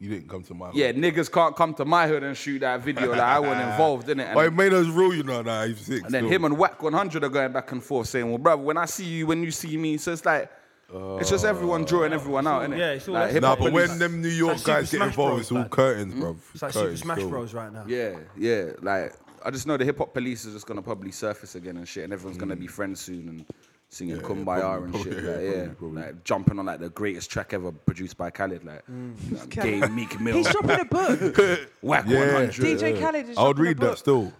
You didn't come to my.
"Yeah, niggas can't come to my hood and shoot that video. Like I
(laughs)
wasn't involved in it." And
But Mano's rule, you know, nah, he's sick.
and then
still.
him and Whack 100 are going back and forth saying, well, brother, when I see you, when you see me, so it's like, it's just everyone drawing everyone out, innit?
yeah, it's all
like,
that
Nah,
hip-hop
but
police-
when them New York
Super
guys get
Smash
involved,
Bros,
it's all
like- mm.
curtains, bruv.
It's like Super
Curtains
Smash
still.
Bros right now.
Yeah, yeah. Like, I just know the hip hop police is just going to probably surface again and shit, and everyone's going to be friends soon and singing
Mm. Yeah,
Kumbaya
probably,
and
probably,
shit.
yeah,
like, yeah,
probably, probably.
like jumping on like the greatest track ever produced by Khaled, like
Mm.
you know, Gay Meek Mill.
He's
(laughs)
dropping a book.
Whack
Yeah.
100.
DJ Khaled is
I would
dropping a
read that
book.
still.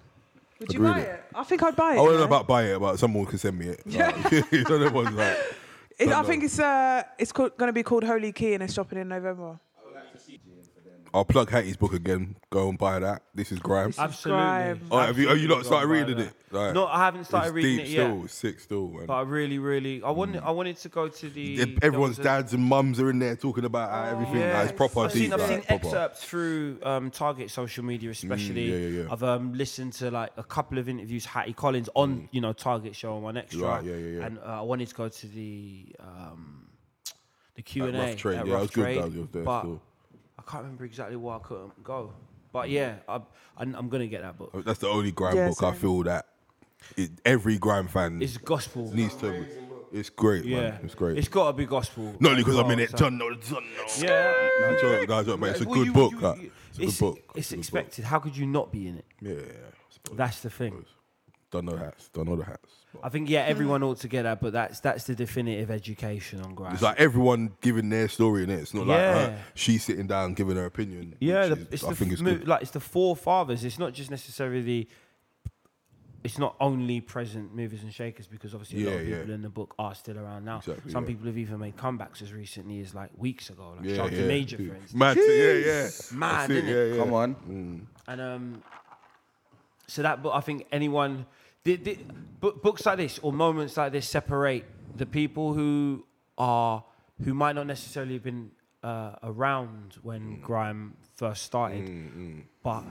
Would
I'd
you
read
buy
it.
it? I think I'd buy
I
it.
don't know
yeah.
about buy it, but someone could send me it. Like, (laughs) you know, that one's like,
It,
don't
I
know.
think it's uh, it's called, gonna be called Holy Key, and it's dropping in November.
I'll plug Hattie's book again. Go and buy that. This is grime.
Absolutely. grime.
Oh, have you? Are you
Absolutely
not started
go and buy
reading it?
that.
Like,
No, I haven't started
it's
reading
deep
it yet.
Still, sick still, man.
But I really, really, I wanted, I wanted to go to the.
Yeah,
there
Mm.
was
Everyone's
a-
dads and mums are in there talking about how everything.
Yeah,
like, it's proper.
I've
deep,
seen, I've
like,
seen
proper. Mm,
excerpts through um, Target social media, especially.
yeah, yeah, yeah.
I've um, listened to like a couple of interviews Hattie Collins on you know Target show on One Extra.
Mm. Right, yeah, yeah, yeah.
And uh, I wanted to go to the um, the Q and A.
Rough Trade, yeah, I was good down there, there
but
still.
I can't remember exactly why I couldn't go. But yeah, I, I'm, I'm gonna get that book.
That's the only grime
Yeah,
book I
same.
feel that it, every grime fan.
It's gospel.
Needs to. It's great,
Yeah,
man. It's great.
It's got to be gospel.
Not only 'cause
as
I'm
well,
in it,
so-
John, no, John, no.
Yeah.
No joke, no joke, mate. It's a
Well,
good
you-
book.
you-
like,
you-
It's a good book.
It's expected. How could you not be in it?
Yeah.
That's the thing.
Don't know hats. Don't know the hats.
I think yeah, everyone ought to get that, but that's that's the definitive education on grass.
It's like everyone giving their story in it. It's not like
Yeah.
her, she's sitting down giving her opinion.
yeah,
which
the,
is-
it's
I
the
think it's
mo-
good.
like it's the forefathers. It's not just necessarily. It's not only present movers and shakers because obviously a lot
Yeah,
of
yeah.
people in the book are still around now.
Exactly,
Some
yeah.
people have even made comebacks as recently as like weeks ago, like
Yeah,
Sharpton
yeah.
Major, for
Dude.
instance.
Mad to- yeah, yeah.
Jeez. mad,
That's it,
isn't it?
yeah, Mm. yeah. Come
on.
And um, so that book, I think anyone, the, the, bu- books like this or moments like this separate the people who are who might not necessarily have been uh, around
Mm.
when grime first started, but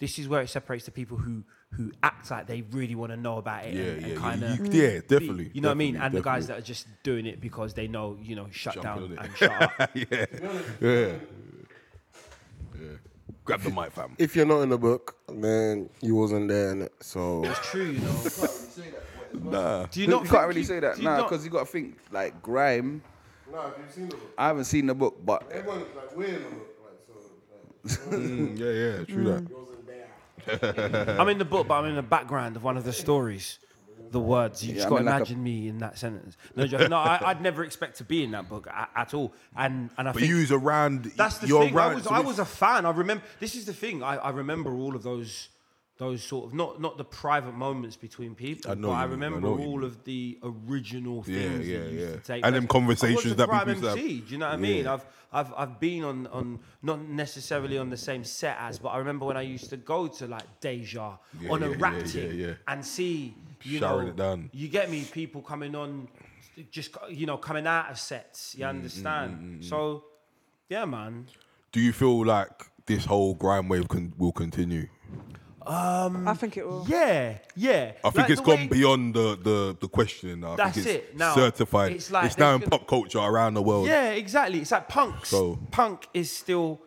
this is where it separates the people who who act like they really want to know about it
Yeah,
and,
yeah,
kind of
Mm.
you- yeah, definitely,
you know what I mean, and
definitely,
the guys
(laughs) definitely.
that are just doing it because they know you know shut (laughs)
(laughs) Jump on
down
it.
and shut up.
yeah. Yeah. Grab the mic, fam.
If you're not in the book, then you wasn't there, innit? So
It's true, you know.
Nah.
Do you not
You can't
think
really
you-
say that,
do you
nah,
not-
because you got to think like grime.
Nah, if you've seen the book,
I haven't seen the book, but
everyone's like, we're in the book. Like, so,
Mm, yeah, yeah, true that.
Mm. (laughs) I'm in the book, but I'm in the background of one of the stories. The words you
Yeah,
just
I
got to
mean, like a-
imagine me in that sentence. No, joke. no, I, I'd never expect to be in that book at, at all. And and I
But
think
you was around.
that's the
you're
thing.
Around,
I was
so
I
it's-
was a fan. I remember this is the thing. I, I remember all of those those sort of not not the private moments between people,
I know
but I
you mean, I
remember
know what you
all of the original
Yeah,
things
yeah,
that used
yeah.
to take
And them
place.
conversations
I was a
that people
prime
used to have.
MC, Do you know what I mean?
Yeah.
I've I've I've been on on not necessarily on the same set as, but I remember when I used to go to like Deja
Yeah,
on a
yeah, yeah,
rap
yeah,
team
yeah.
and see you
Showering
know
it down.
you get me people coming on just you know coming out of sets.
Mm,
You understand? So yeah, man.
Do you feel like this whole grime wave can, will continue?
I think it will.
Yeah, yeah.
I think
Like,
it's
the
gone
way-
beyond the the, the questioning. Now. I
That's
think it's
it. Now,
certified. It's,
it's like
now in
there's
pop culture around the world.
Yeah, exactly. It's like punks.
So-
Punk is still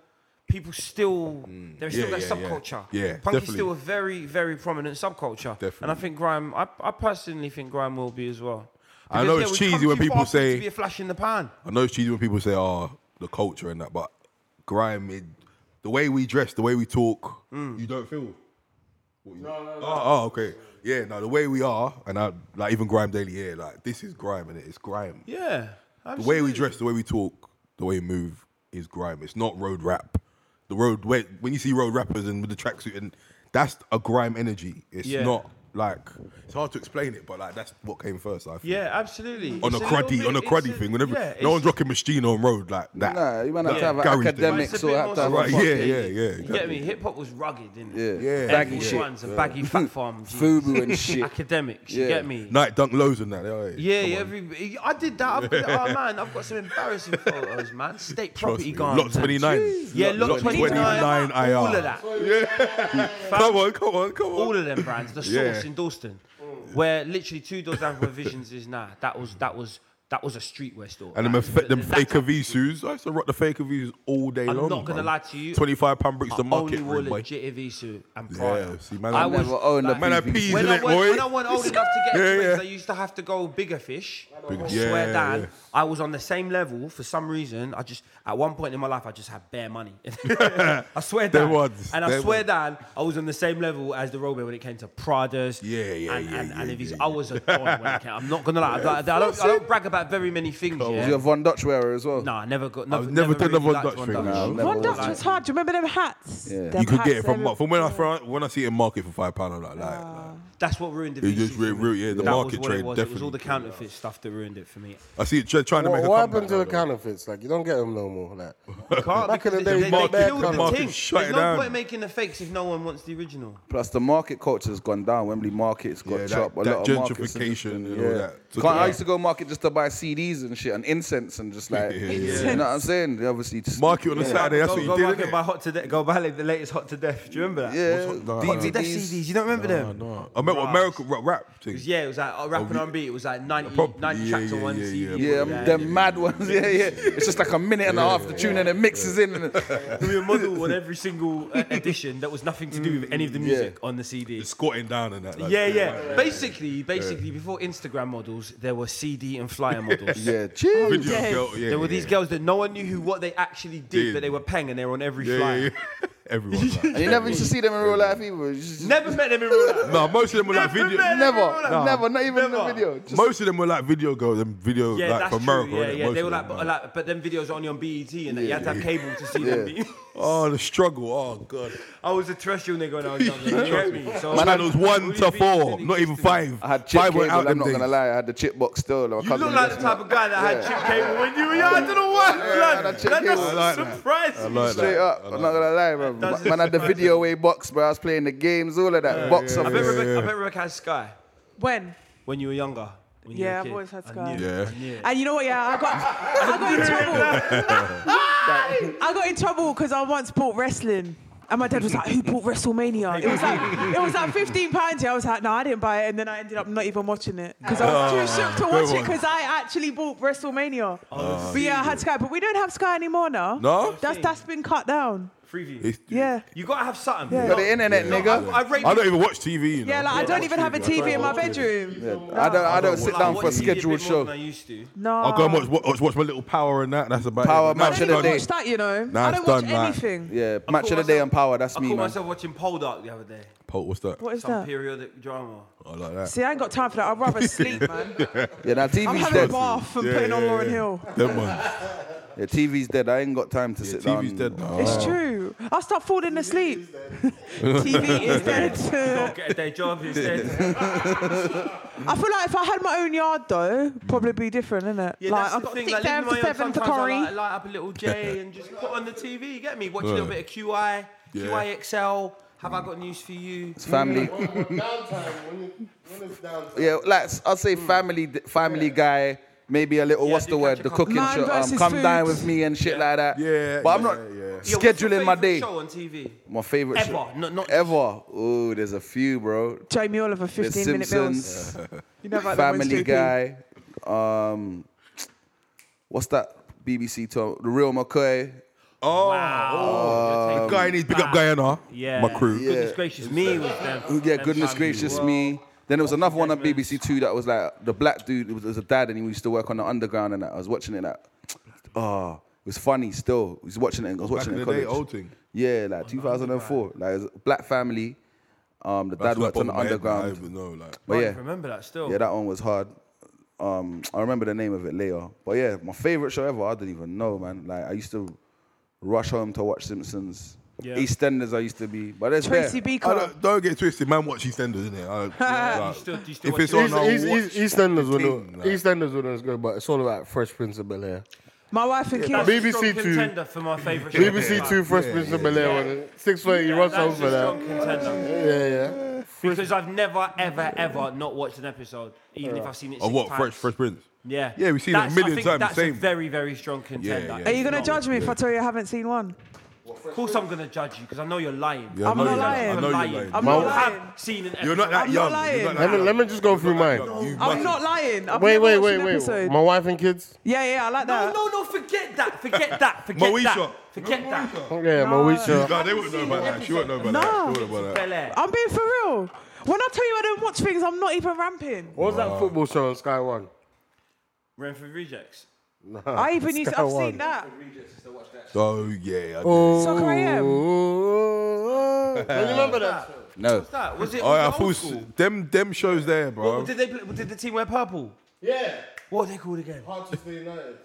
people still there is still
Mm. Yeah,
that
yeah, yeah.
subculture.
Yeah,
punk
definitely.
is still a very very prominent subculture. And I
Definitely.
think grime. I, I personally think grime will be as well.
I know
Because,
it's
we've come
cheesy when
too
people
far for it
say-
to be a flash in the pan.
I know it's cheesy when people say, "Oh, the culture and that," but grime, it, the way we dress, the way we talk,
Mm.
you don't feel. What you- Oh, oh, okay. Yeah, no, the way we are, and I like even grime daily. Yeah, like this is grime, and it? it's grime.
Yeah,
The way we dress, the way we talk, the way we move is grime. It's not road rap. The road where, when you see road rappers and with the tracksuit and that's a grime energy. It's
Yeah.
not like it's hard to explain it, but like that's what came first. I feel.
Yeah, absolutely.
On a
It's
cruddy,
little
on a
bit-
cruddy
it's
thing. Whenever
yeah,
no
it's-
one's rocking Machino on road like that.
Nah, you might have
That
to have
garage thing.
academics
It's a
or
bit
have
more
to have a
Right,
fucking-
yeah, yeah, yeah.
You
exactly.
get me? Hip hop was rugged, didn't
Yeah.
it?
Yeah.
Baggy
Baggy
shit.
ones and baggy fat farms.
Fubu and shit.
Academics, you
Yeah.
get me?
Night dunk lows and that. Yeah,
Yeah, yeah, every, I did that. I've got, oh man, I've got some
(laughs)
embarrassing photos, man. State property
me.
gone.
Lot 29.
Yeah, lot, 29.
29 IR.
All of that.
Come on, come on, come on.
All of them brands. The source
Yeah.
in Dalston, where literally two doors down from where Visions is now. That was that was that was a streetwear store.
And them,
Like,
affa- them
that-
fake Avisus. I used to rock the fake Avisus all day
I'm
long.
not gonna
man.
lie to you,
Twenty-five pound bricks
I
the market
only wore
room, boy.
legit Evisu and
Yeah,
Prada.
see, man,
I
I
was
never owned a
like,
man, I peas
when
in
I,
it,
went,
boy.
when I went old enough to get
Yeah,
twins,
yeah.
I used to have to go bigger fish.
Big-
I
yeah,
swear,
yeah,
Dan,
yeah.
I was on the same level for some reason. I just at one point in my life, I just had bare
(laughs)
money. (laughs) I swear,
Them
Dan,
ones,
and I
them
swear,
ones.
Dan, I was on the same level as the Robin when it came to Pradas.
Yeah, yeah,
and,
yeah,
And,
yeah,
and Evisu.
yeah,
I was a don when it came. I'm not gonna
(laughs)
lie. I, I don't, I don't brag about very many things.
Was you a
Yeah.
Von Dutch wearer as well?
No, I never got.
I've
Never,
never done the
really
Von
liked
Dutch thing, no, I've never
One Dutch
Like,
was hard. Do you remember them hats? Them
You could get
hats
it from
that-
from when I from when I see it in market for five pound. I'm like, like, like
That's what ruined it.
It just re- re- yeah, the
that was
market
what
trade
It was. It was all
definitely
the counterfeit stuff that ruined it for me.
I see it try- trying to
What,
make a
what
comeback
happened to
now,
the
though. (laughs)
counterfeits? Like you don't get them no more. Like
You can't
back in the day,
because they, they,
market
they killed
cut
the
off.
thing.
Shut it
There's no
down.
point making the fakes if no one wants the original.
Plus the market culture has gone down. Wembley Market's got
Yeah, that-
chopped. A
that
lot of markets have just
gentrification
been-
and all that. Took
Can't-
it
I
out.
used to go market just to buy CDs and shit and incense and just like,
Yeah.
(laughs) you know what I'm saying? They obviously just,
Market on a Saturday. That's
go,
what you
go
did.
back and
innit?
buy hot to death. Go buy like the latest hot to death. Do you remember that?
Yeah,
Nah,
Hot to death
DVDs.
CDs. You don't remember them?
I met what American rap, rap
It
thing.
was, yeah, it was like uh, rap and R&B. It was like 90,
Probably,
90
yeah,
tracks on
yeah,
one
yeah,
CD.
yeah,
Yeah,
yeah.
the mad ones. Yeah, yeah.
(laughs)
It's just like a minute and a half the tune and it mixes in. And
(laughs)
We were model on every single uh, edition that was nothing to do with any of the music on the CD.
It's squatting down and that. Mm, like-
yeah, yeah. Basically, basically, before Instagram models, there were CD and flyer
(laughs)
models.
yeah, cheers.
Video girl, yeah,
There were
yeah,
these
yeah.
girls that no one knew who what they actually did,
Did.
but they were paying and they were on every
Yeah,
flyer.
yeah, yeah. (laughs)
(laughs)
Everyone. like-
And you never used to see them in real life either. You just-
Never met them in real life.
No, most of them were like
Never
video.
met
never,
Never. No.
never, not even in the
Never.
video. Just-
Most of them were like video girls and video
Yeah,
like
that's
from
true.
America.
yeah,
innit?
yeah.
Most
They
of
were like,
them,
but, like, but them videos are only on BET, and you had to have cable to see them.
Oh, the struggle. Oh god.
(laughs) I was a terrestrial nigga when I
(laughs)
was younger. you get me? So
Man, it was one
Really
to
being
four,
really
not even
used to
five.
I had chip
five
cable,
were out
I'm
them
not
days.
going to lie. I had the chip box still. though. I
You look
can't believe
like the
that's
type
not-
of guy that had chip cable when you were young. I don't know why, blood.
had chip
That
cable.
doesn't
I like that.
surprise me.
like
Straight
that.
up, I'm not gonna lie, bro.
That's
Man, I had the
just-
video way box, bro. I was playing the games, all of that. box
I
office.
bet Rebecca, I bet Rebecca had Sky
When?
when you were younger. when you were
Yeah,
a
I've
kid.
always had
I
Sky.
knew.
Yeah.
And you know what? Yeah, I got I got in trouble. (laughs) I got in trouble because I once bought wrestling. And my dad was like, "Who bought WrestleMania?" It was like, it was like 15 pounds. Yeah, I was like, "No, I didn't buy it." And then I ended up not even watching it because I was too shook to
Ah, good
watch it
one. Oh,
because I actually bought WrestleMania. but yeah, I had Sky, but we don't have Sky anymore now.
No?
that's that's been cut down.
Freeview.
It's-
Yeah.
You gotta have something.
Yeah. You got the internet,
No,
nigga.
I, I, rate
I don't even watch TV. You know?
Yeah, like, I don't even have a TV in my bedroom.
I don't. I don't sit
Nah.
down
Nah,
for a
what do you-
scheduled show.
I used to.
No.
I'll go and watch, watch, watch my little power and that. That's about
Power
it. Nah,
match
it's
of the
done.
day.
Watch that, you know.
Nah,
I don't
it's
watch
done, like-
anything.
Yeah,
I
match of
call
the day
myself-
and power. That's
I
me,
caught
man.
myself watching Poldark the other day.
Pol- what's that?
What is
Some
that?
periodic drama.
I like that.
See, I ain't got time for that. I'd rather sleep, man.
Yeah, now
I'm
TV's
having a
dead.
bath and
Yeah,
putting on
yeah,
Lauren
yeah.
Hill.
Them ones.
Yeah, TV's dead. I ain't got time to sit down.
TV's dead now.
It's true. I'll start falling asleep. (laughs) TV is dead.
Get a day
(laughs)
job instead.
I feel like if I had my own yard, though, probably be different, innit?
Yeah,
like,
that's
I've
the
got
thing.
to
Like,
stick there
living
after
my own,
seven to
sometimes I
Corrie.
like, light up a
(laughs)
little J and just put on the TV. You get me? Watch a little bit of QI, QIXL. Have I got news for you?
It's
Mm.
family.
Downtime, when, you, when it's downtime.
Yeah, like I'll say family, Family Guy. Maybe a little, what's
do
the
catch
word?
a
The
couple.
cooking
Man
show. Um,
versus
come
food.
dine with me and shit like that.
Yeah,
but I'm
yeah,
not
yeah.
Yeah, what's your
scheduling my
favourite
day.
Show on TV.
My favorite
Ever,
show
no- not-
ever. Oh, there's a few, bro.
Jamie Oliver, 15 minute meals.
Simpsons,
You know about them ones,
Family
JP.
Guy. Um, what's that? BBC Tom, The Real McCoy.
Oh,
Wow.
the guy needs big up Guyana.
Yeah.
my crew.
Goodness gracious me with them.
Who- Oh, Yeah, goodness gracious me. Then there was another one on BBC Two that was like the black dude. It was, it was a dad, and he used to work on the underground, and that. I was watching it. Like, oh, it was funny. Still, I was watching it. I was
Back
watching
in
it.
the
in
day,
college.
old thing.
Yeah, like 2004. Like it was a black family. Um, the
That's
dad worked
what
on the
popped in my head,
underground.
I don't even know, like.
But yeah,
Remember that still.
yeah, that one was hard. Um, I remember the name of it later. But yeah, my favorite show ever. I didn't even know, man. Like I used to rush home to watch Simpsons.
Yeah.
EastEnders, I used to be. But it's there.
Tracy
I
Beaker.
don't, don't get twisted, man. Watch EastEnders, innit?
(laughs)
I, like,
still- do you still
if
watch
it's on,
East,
I'll
East,
watch
East, EastEnders
the
will
team,
know.
like.
EastEnders will know it's good, but it's all about Fresh Prince of Bel Air.
My wife and
That's
kids.
BBC
a strong
Two.
contender for my favourite show.
BBC Two, Fresh Prince of Bel Air,
Yeah.
yeah. six thirty. You rush home
That's
for
a strong
that.
contender.
Yeah, yeah.
Because I've never, ever, ever not watched an episode, even if I've seen it six
Of what?
times.
Fresh, Fresh Prince.
Yeah.
Yeah, we've seen it a
That's- I
million
think
times,
That's
same.
a very, very strong contender.
yeah,
Are you going to
No,
judge me if
yeah.
I tell you I haven't seen one?
Of course, I'm gonna judge you because I know you're lying.
Yeah, I
I'm
know
not
you're
lying.
I
I'm
know you're
lying.
lying.
I'm
You
not lying.
have seen an
You're not
episode.
that
I'm not
young.
lying.
You're not that
Let me
young.
let me just go through mine.
You
I'm
must-
not lying. I've
Wait,
never
wait,
watched
wait,
an
wait.
episode.
My wife and kids.
Yeah, yeah, I like
No,
that.
no, no. Forget that. (laughs) Forget that. Forget
Moesha.
that. Forget that.
Yeah, Moesha.
Nah, they wouldn't know about that. She wouldn't know about
No.
that. She wouldn't know about that.
Bel Air.
I'm being for real. When I tell you I don't watch things, I'm not even ramping.
What was that football show on Sky One?
Renfrew rejects.
I even used to, I've
Skyward.
seen that.
So yeah, I do.
Oh,
Soccer AM.
you remember (laughs) that?
No.
What's that? Was it?
Oh,
was it
yeah, I
old
feel s-
school?
them them shows there, bro.
Did they? Play, did the team wear purple?
Yeah.
What are they called again?
Manchester United.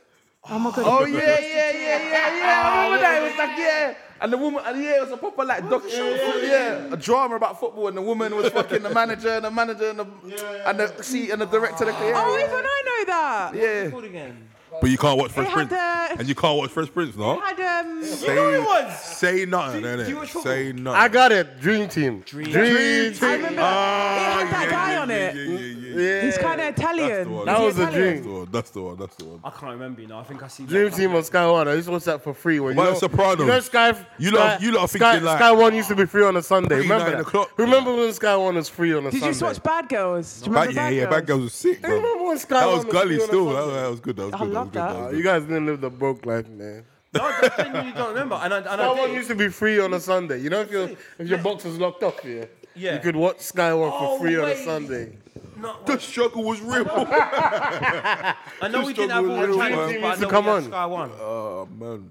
Oh yeah, yeah, yeah, yeah, yeah. I remember that. It was like yeah, and the woman, and yeah, it was a proper like doc show, yeah, a drama about football, and the woman was fucking the manager, and the manager, and the and the see, and the director. Of the, yeah,
Oh, even I know that.
yeah. yeah.
Called again?
But you can't watch Fresh
had
Prince,
the-
and you can't watch Fresh Prince, no.
I had um.
Say,
it was.
say nothing,
Do you- do you watch
innit?
football?
Say nothing.
I got it. Dream Team. Dream,
I
Team.
remember
Ah,
it had that
yeah,
guy
yeah,
on
yeah,
it.
Yeah, yeah, yeah.
He's kind of
That's the
Italian.
one.
That
Is he
was a
Italian?
dream.
That's the one. That's the one.
I can't remember. You know, I think I see.
Dream Team on Sky One. I used to watch that for free. When you
Well,
know,
Sopranos.
You know Sky.
You
Sky,
lot- you lot are
Sky,
thinking like-
Sky One used to be free on a Sunday.
Free
Remember
nine
that?
o'clock.
Remember when Sky One was free on a
Did
Sunday?
you just watch Bad Girls? Do you
Bad,
remember
yeah,
Bad
yeah. Bad
Girls?
girls was sick, bro.
remember when Sky
That
One
was
was
gully
doing on
still.
Sunday?
That, that was good. That was
I
good.
love
that. Was good,
Uh,
was
You guys didn't live the broke life, man.
No, I genuinely don't remember. And I, and I
Sky One
think-
used to be free on a Sunday. You know, if your if your box was locked up, yeah,
Yeah.
you could watch Sky One
Oh,
for free on a
wait.
Sunday.
Not
good. The struggle was real.
I know we didn't have all
Just
the
struggle with
channels,
it,
but I
man.
know
Come
we had
on.
Sky One.
oh man.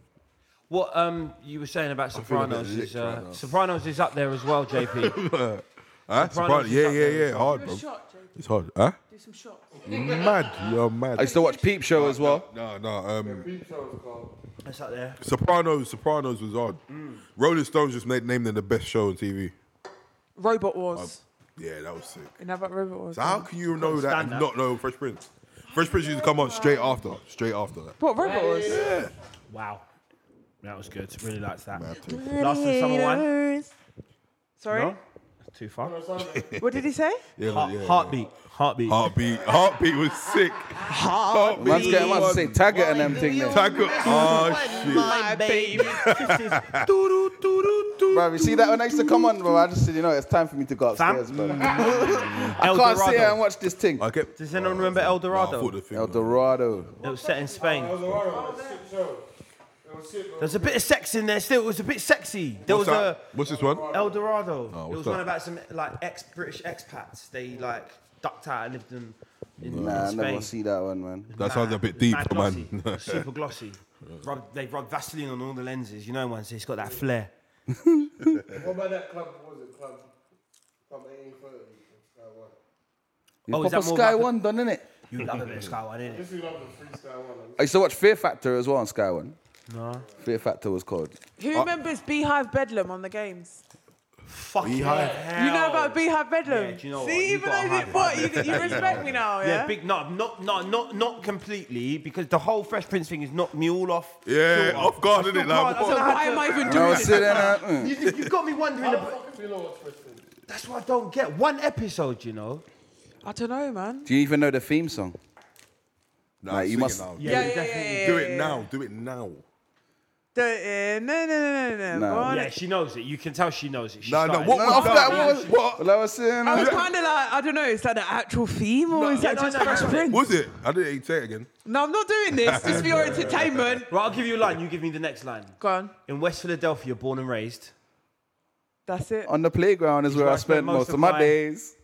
What um you were saying about
feel a bit
Sopranos
licked
is uh,
right now.
Sopranos is up there as well,
(laughs)
JP.
Huh? Sopranos,
is
yeah,
up
yeah,
there.
yeah. Hard, bro. It's hard. Huh? Do some shots. Mad. You're mad.
I used to watch Peep Show as well.
No, no. Um,
That's up there.
Sopranos. Sopranos was hard. Rolling Stones just na- named them the best show on TV.
Robot Wars.
Yeah, that was sick.
You know about Robot Wars?
So how can you know that
stand that.
and not know Fresh Prince? Fresh Prince used to come on straight after, straight after that.
What Robot Wars?
Wow, that was good. Really liked that. Last of the summer one.
Sorry.
That's too far.
What did he say?
Yeah,
Heart-
yeah, Ah. yeah.
heartbeat. Heartbeat.
Heartbeat, heartbeat was sick. Heartbeat,
Man's getting man to
was-
say Taggart and them thing there.
Tackle. Oh shit.
My baby.
Bro, you see that when I used to come on, bro? I just said, you know, it's time for me to go
Fam. Mm.
upstairs, bro. I can't sit here and watch this thing.
I kept.
Does anyone remember El
Nah, I
Dorado?
thought the thing
El
was-
Dorado.
It was set in Spain.
Alright, sick show.
There's a bit of sex in there still. It was a bit sexy. There
What's
was
that? What's this one?
a El Dorado.
Oh,
it
what's
was
that?
one about some like ex British expats. They like ducked out and lived in. in
Nah, I
in
never
Spain.
see that one, man.
That sounds a bit
Mad
deep,
glossy.
man. (laughs)
Super glossy. Rub, they rub Vaseline on all the lenses. You know, once it's got that flair.
What about that club? What was it? Club, club 1830. That one.
You
Oh, is
proper
that more
Sky
like a-
One done, innit?
You love a bit of Sky One, innit?
This is love the freestyle one.
I used to watch Fear Factor as well on Sky One.
No.
Fear Factor was called.
Who remembers Beehive Bedlam on the games?
Fuck
You know about Beehive Bedlam?
Yeah, do you know what?
See,
You
even though
gotta
you
have
didn't
it.
what, you, you respect me now, yeah?
big. No, not, not, not, not completely because the whole Fresh Prince thing is not mule off.
Yeah,
kill
off guard,
I
innit?
still can't-
Like,
I
what-
don't know
Why
how
am I
to-
(laughs)
even
No,
doing
I
this?
said that. mm.
You, you got me wondering.
I
about-
fucking know what's Tristan.
That's what I don't get. One episode, you know.
I don't know, man.
Do you even know the theme song?
Nah,
Like, you
sing it
must-
now.
Yeah,
it
yeah, yeah,
definitely-
yeah,
Do
yeah,
it
yeah.
now. Do it now.
The- eh, No, no, no, no, no.
No.
Go on.
Yeah, she knows it. You can tell she knows it. She
No, no,
started
what
it.
was
Off that
that
one.
one? What?
Well, I was saying.
I was
uh,
kind of like, I don't know, is that the actual theme or is
yeah,
that
no,
just
no,
Fresh
no, no.
Prince?
Was it? I didn't say it again.
No, I'm not doing this, just for your entertainment.
Right, I'll give you a line. You give me the next line.
Go on.
In West Philadelphia, born and raised.
That's it.
on the playground is where I spent most of my days.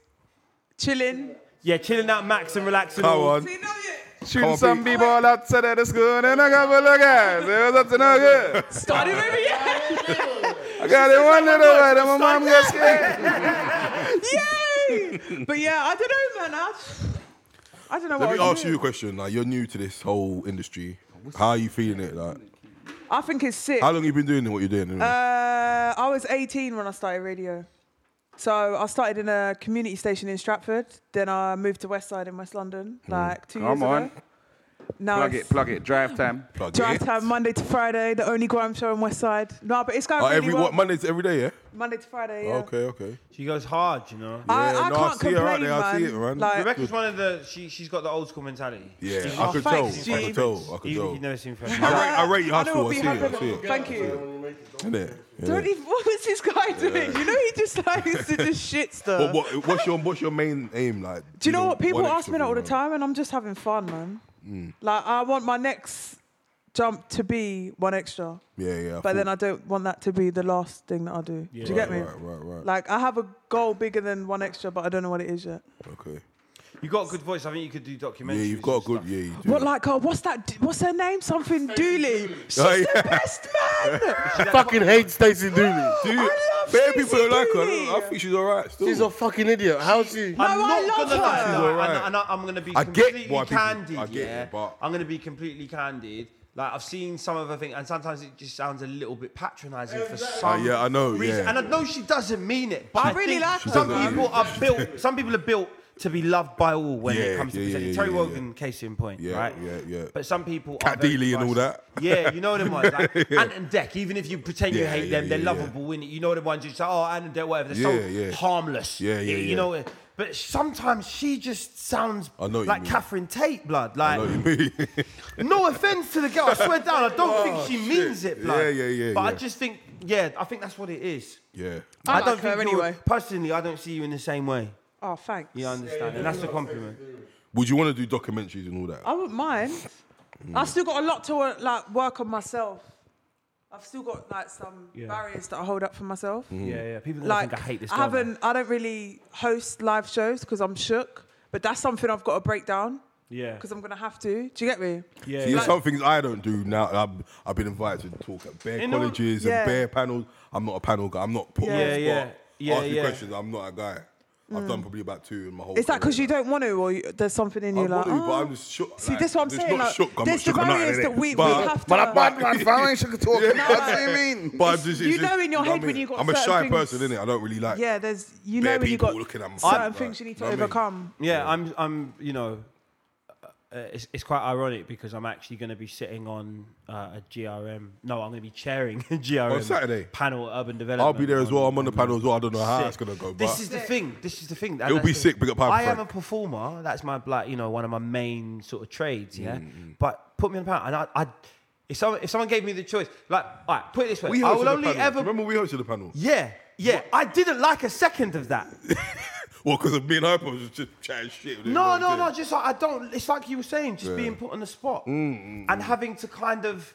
Chilling.
Yeah, chilling out, max and relaxing.
Come
all.
on.
See, no, you
Shooting
on,
some b-ball outside of the school, and I got a look at. It was up
(laughs)
to no good.
started with me, yeah. (laughs)
I got it one little right, and my mom
(laughs)
got scared.
Yay! But yeah, I don't know, man. I, I don't know what
Let me
I was
ask
doing.
you a question. Like, you're new to this whole industry. How are you feeling it? Like,
I think it's sick.
how long you been doing what you're doing? anyway?
Uh, I was 18 when I started radio. So I started in a community station in Stratford. Then I moved to West Side in West London,
Hmm.
like two years
Come on.
ago. Now
Plug
it's
it, plug it. Drive time.
Plug
drive
it.
time Monday to Friday, the only grime show in West Side. No, but it's going
Oh,
really
every
well.
what Mondays every day, yeah.
Monday to Friday. Yeah.
Okay, okay.
She goes hard, you know.
I,
Yeah,
I
no, I
can't
see it,
complain,
right there, I see it, man.
Like,
Rebecca's one of the. She she's got the old school mentality.
Yeah,
Oh,
I could tell. I
thanks,
could
Steve.
tell. I could
Even if you've
tell.
never seen
(laughs)
Fresh.
I rate, I rate your
I know
hustle.
what
I see
we
it.
have
I see it.
Thank you.
Innit?
Don't
Yeah.
even, (laughs) what was this guy doing? You know, he just (laughs) like used to just shit stuff.
But what, what's your what's your main aim like?
Do you know what? People ask me that all the
extra thing,
time, and I'm just having fun, man.
Mm.
Like, I want my next jump to be one extra,
like- Yeah, yeah.
but then I
thought-
don't want that to be the last thing that I do. do you get me?
Right, right, right.
Like, I have a goal bigger than one extra, but I don't know what it is yet.
okay.
You got a good voice. I think you could do documentaries.
Yeah, you've got a
and
good.
stuff.
Yeah, you do.
What, like, oh, what's that? d- What's her name? Something Dooley. She's
Oh,
the
yeah.
best man.
(laughs)
I fucking hate Stacey Dooley.
Do
I
you?
love
Bare
Stacey
people don't like
Dooley.
her. I think she's alright. Still.
She's a fucking idiot. How is she?
I'm
No, I
not
love
gonna lie,
her.
like,
She's alright.
and, and I, am gonna be
I get
completely
why people- I
candid.
get it,
yeah,
but-
I'm gonna be completely candid. Like I've seen some of her things, and sometimes it just sounds a little bit patronising for some.
Uh, yeah, I know,
Reason.
yeah.
And I know she doesn't mean it, but
I
I,
really
think
like her,
some
man.
people are built. Some people are built to be loved by all when it
Yeah,
comes to
yeah, yeah,
presenting.
yeah,
Terry
yeah,
Wogan, case in point,
Yeah,
right?
yeah, yeah.
But some people
Cat
are very
Dealey and all
divisive.
that.
Yeah, you know them ones.
(laughs)
Like Ant and Deck. Even if you pretend you
Yeah,
hate
yeah,
them, they're
yeah, yeah.
lovable. innit? You know the ones you say, oh, Ant and Deck, whatever. They're so
Yeah, yeah.
harmless.
Yeah, yeah,
You
yeah.
know, it- but sometimes she just sounds
I know what you
like
mean.
Catherine Tate, blood.
I
Like,
know what you mean. Oh,
no offense to the girl, I swear down, I
(laughs)
don't think she means it, blood.
Yeah, yeah, yeah,
But I
yeah.
just think, yeah, I think that's what it is.
(laughs) yeah.
I
don't
like her
think you're-
anyway.
Personally, I don't see you in the same way.
Oh, thanks.
You understand, and that's a compliment.
Would you want to do documentaries and all that?
I wouldn't mind.
Mm.
I still got a lot to uh, like work on myself. I've still got like some barriers that I hold up for myself.
Mm.
Yeah, yeah. Mm. People are gonna
Like
think I hate this.
I
girl,
haven't. I don't really host live shows because I'm shook. But that's something I've got to break down
Yeah.
because I'm gonna have to. Do you get me?
Yeah.
See, there's some things I don't do now. I've, I've been invited to talk at bare
You know-
colleges
Yeah.
and bare panels. I'm not a panel guy. I'm not put on
Yeah,
the
yeah.
spot.
Yeah,
asking
yeah.
questions. I'm not a guy. I've done probably about two in my whole.
Mm. Is that because
career.
you don't want to, or you, there's something in you
I
like?
want to, but
"Ah."
I'm just shook.
See,
like,
that's what I'm
it's
saying.
Not
like,
shook. I'm not
there's the
shook or nothing,
barriers
innit?
that we, we
But-
have to.
But I bad man, fam. I ain't shook at
(laughs)
all. What do you mean?
But I'm just,
you
it's just-
know in your
what I
head when
mean?
you got
I'm a
certain
shy
things-
person, innit? I don't really like.
yeah, there's you
Bare
know when you
people
got
looking at my
certain
phone,
things
like,
you need to
know what I mean?
overcome.
Yeah, I'm. I'm. You know, uh, it's it's quite ironic because I'm actually going to be sitting on uh, a GRM. No, I'm going to be chairing (laughs) a GRM
Saturday?
panel at urban development.
I'll be there as well. I'm on the panel as well. I don't know how
Sick.
it's gonna go, but
This is the thing. This is the thing. and
It'll
that's
be
the-
sick, big up Hyper
I am a
Frank.
performer. That's my like, you know, one of my main sort of trades. Yeah,
Mm,
but put me on the panel, and I, I if someone if someone gave me the choice, like, all right, put it this way,
we
I
hosted
will
the
only
panel.
ever,
remember we hosted the panel.
yeah, yeah. I didn't like a second of that.
Well, because of me and Hyper was just chatting shit. with
No,
everyone,
no, no.
innit?
Just like I
Mm,
don't. It's like you were saying, just being put on the spot and having to kind of.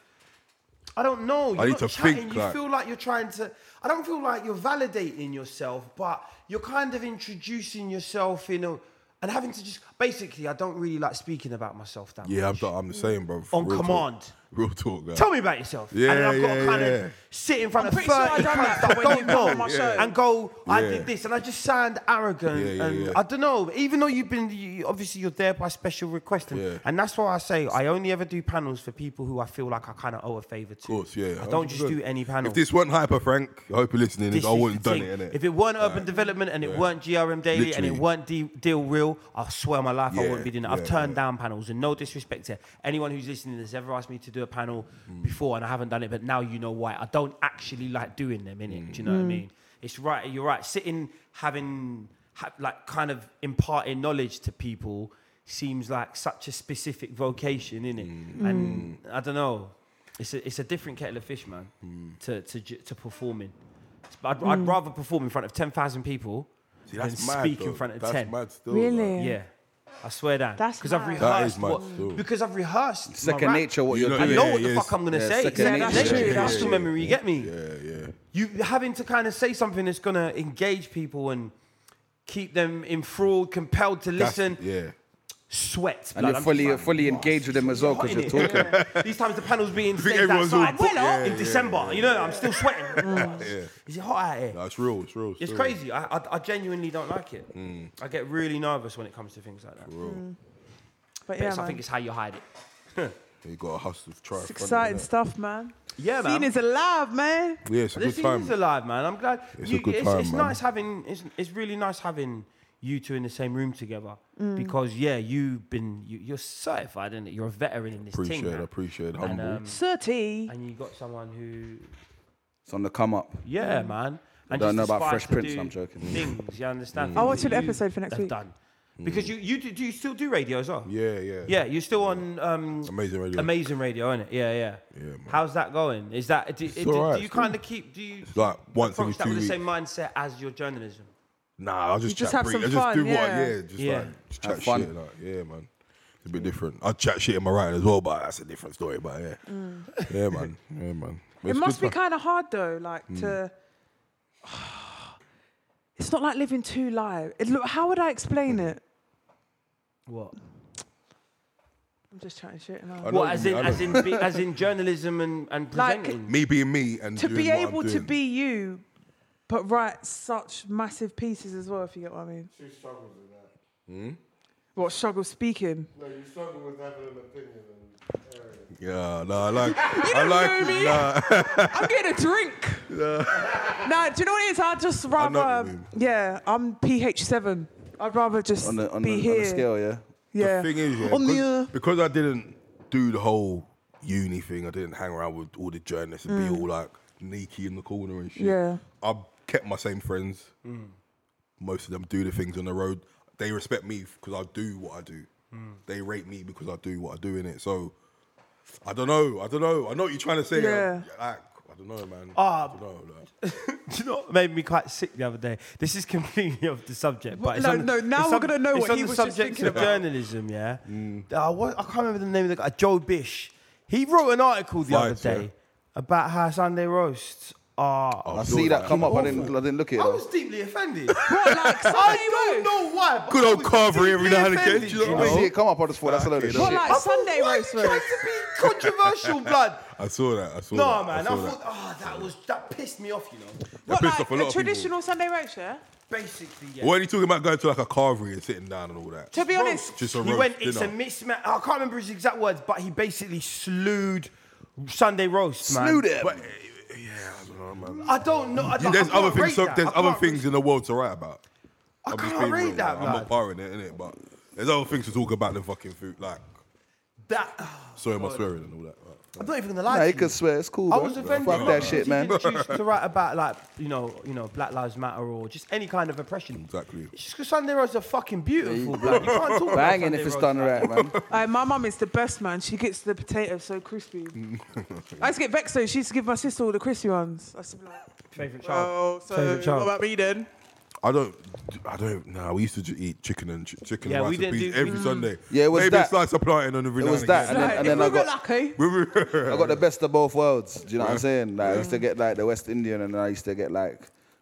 I don't know. You're
need
not
to
chatting.
think,
You
like-
feel like you're trying to. I don't feel like you're validating yourself, but you're kind of introducing yourself in a and having to just basically. I don't really like speaking about myself that
Yeah, I'm,
much.
the- I'm the same, bro.
On
Real talk.
command.
Real talk, guy.
Tell me about yourself.
Yeah,
and I've got
yeah,
to kind
yeah.
of sit in front
I'm
of
pretty sure
30
I done
cunts
that
that
when you
don't
come on
know
my show.
and go, I
Yeah.
did this. And I just sound arrogant.
Yeah, yeah,
and
yeah.
I don't know. Even though you've been, you, obviously, you're there by special request. And,
Yeah.
and that's why I say I only ever do panels for people who I feel like I kind of owe a favor to. Of
course, yeah.
I don't just do any panel.
If this weren't hyper, Frank, I hope you're listening.
This
I
is
wouldn't
the
done
thing.
it, innit?
If it weren't urban development and it weren't GRM Daily and
Literally.
it weren't D- Deal Real, I swear my life I
Yeah,
wouldn't be doing it.
yeah,
I've turned down panels and no disrespect to anyone who's listening that's ever asked me to do a panel
Mm.
before and I haven't done it, but now you know why. I don't actually like doing them, innit? Do you know what I
Mm.
mean? It's right, you're right. Sitting, having, ha- like, kind of imparting knowledge to people seems like such a specific vocation, innit?
Mm.
And I don't know. It's a, it's a different kettle of fish, man,
Mm.
to, to, j- to performing. But I'd, I'd
Mm.
rather perform in front of 10,000 people
See,
than
that's mad,
speak
though.
in front of
That's
10.
mad still, Really? man.
Yeah. I swear that.
That's
Because I've
mad.
rehearsed.
That is mad
what-
still.
Because I've rehearsed. my
Second
rap.
nature what
You
you're
know-
doing.
I know
Yeah,
what the
yeah,
fuck I'm going to
yeah,
say.
second Yeah, nature.
That's
that's
true.
true, that's
Muscle
true.
memory, you get me?
Yeah, yeah.
You having to kind of say something that's going to engage people and keep them enthralled, compelled to
That's-
listen.
yeah.
Sweat.
And
blood.
you're
I'm
fully,
just
you're
like,
fully engaged with them as well because
hot,
you're
innit?
talking.
These times the panel's being staged
everyone's all
outside
put- Yeah,
in
yeah,
December. You know, I'm still sweating. Is it hot out here?
That's real. It's real.
It's
real.
crazy. I, I, I genuinely don't like it. I get really nervous when it comes to things like that.
Mm.
But
But yeah,
it's- I
man.
think it's how you hide it.
You got a hustle to try.
It's exciting stuff, man.
Yeah,
Scene
man.
is alive, man.
Yeah, it's a
the
good
scene
time.
is alive, man. I'm glad.
It's
you,
a good
it's,
time,
it's
man.
nice having. It's, it's really nice having you two in the same room together
Mm.
because yeah, you've been you, you're certified and you're a veteran in this
Appreciate
thing.
it,
man.
appreciate it,
And,
humble.
um,
Certi.
And you got someone who
It's on the come up.
Yeah, man.
I
just
don't know about
aspire
Fresh
to
Prince.
do
I'm joking.
Things, you understand?
Mm.
I'll watch
Things
an
that you
episode for next
have
week.
Done. Because you, you do, do you still do radio as well?
Yeah, yeah.
Yeah, you're still on um,
Amazing radio.
Amazing radio, isn't it? Yeah, yeah. Yeah. How's that going? Is that do, do, do
alright,
you
it's cool.
kind of keep do you
It's like once every
approach that
two
with
weeks.
the same mindset as your journalism?
Nah, I'll
You
just
just
chat.
have
brief-
some
I just
fun,
do what?
yeah.
Yeah, just
Yeah.
like just
Have
chat
fun.
shit. Like, yeah, man. It's a bit different. I chat shit in my writing as well, but that's a different story. But yeah,
Mm.
yeah, man, yeah, man. But
It
it's
must be
good fun.
kind of hard though, like
Mm.
to. (sighs) It's not like living two lives. It, look, how would I explain
Hmm.
it?
What?
I'm just trying to shit. and
I
I'll-
know
What as
you
in
mean, I
as in
know.
be, as in journalism and and
Like-
presenting?
me being me and
to
doing
be
what I'm
able to
doing.
be you, but write such massive pieces as well. If you get what I mean.
She struggles with that.
Hmm?
What
(laughs)
struggle speaking?
No, you struggle with having an opinion and area.
Yeah, nah, I like.
(laughs) You
I
don't
like.
know me.
Nah.
I'm getting a drink. (laughs) Nah, do you know what it is? I'd just rather. yeah, I'm pH seven. I'd rather just
On the- on
be
the- on the
here.
scale, yeah?
Yeah.
The thing is, yeah,
On the,
because,
uh,
because I didn't do the whole uni thing, I didn't hang around with all the journalists and
Mm.
be all like sneaky in the corner and shit.
Yeah.
I kept my same friends.
Mm.
Most of them do the things on the road. They respect me because I do what I do.
Mm.
They rate me because I do what I do in it. So I don't know. I don't know. I know what you're trying to say.
Yeah.
I, like, I don't know, man.
Ah.
I don't know. Like,
(laughs) Do you know what made me quite sick the other day? This is (laughs) completely off the subject, but
What?
it's
No,
on the,
no, now
it's
we're
on-
gonna know
it's
what
on
he
the
was just
subject
thinking
of
about.
journalism. Yeah, Uh, what- I can't remember the name of the guy. Joe Bish. He wrote an article the
Right,
other day about how Sunday roasts are.
I see that come up. I didn't, I didn't look at it.
I
though.
was deeply offended. I don't know why. but
Good
I
old
was
carvery every
deeply
now and again,
offended,
do you know what I mean? I see it come up, I just thought that's a load of
Fucking
shit.
hell.
What, like
I thought,
Sunday
why are you
roast
trying to be controversial, blood?
I saw that. I saw
No,
that.
man. I,
saw
thought,
that.
ah, that was that pissed me off. You know,
That pissed off a lot
a
of people.
traditional Sunday roast, yeah.
basically. Yeah.
Why are you talking about going to like a carvery and sitting down and all that?
To be
Roast.
honest,
just a
he
roast
went, it's a
dinner.
mismatch. I can't remember his exact words, but he basically slewed Sunday roast, man.
Slewed it.
But- I don't know. I,
Yeah,
like,
there's
I can't
other
rate
things. so-
that.
there's
I
other
can't-
things in the world to write about. I am
can't read that,
I'm not
blood.
parring it, innit? But there's other things to talk about than fucking food. Like
that.
sorry, my swearing and all that. Right.
I'm not even gonna lie.
Nah,
to
you can swear, it's cool,
I
bro.
was offended.
Fuck
a lot
that
because
shit,
he (laughs)
man.
didn't choose to write about like you know, you know, Black Lives Matter or just any kind of oppression.
Exactly.
It's just because Sunday roasts are fucking beautiful.
Yeah, you-
blood. You can't talk about
Banging
Sunday
if it's
roasts
done
like
right,
that.
man.
Aye, my mum is the best, man. She gets the potato
(laughs)
so crispy. I used to get vexed though. She used to give my sister all the crispy ones. I used to be like,
Favorite
child. so
Favourite child.
what about me then?
I don't. I don't. Nah, we used to ju- eat chicken and ch- chicken
Yeah,
and
we
rice and
didn't
peas
do-
every
Mm.
Sunday.
Yeah, it was
Maybe
that.
a slice of plantain on every
It
now
was
and
that, (laughs) and
again.
then, and then I got (laughs)
lucky.
I got the best of both worlds. Do you know what I'm saying? Like, I used to get like the West Indian, and then I used to get like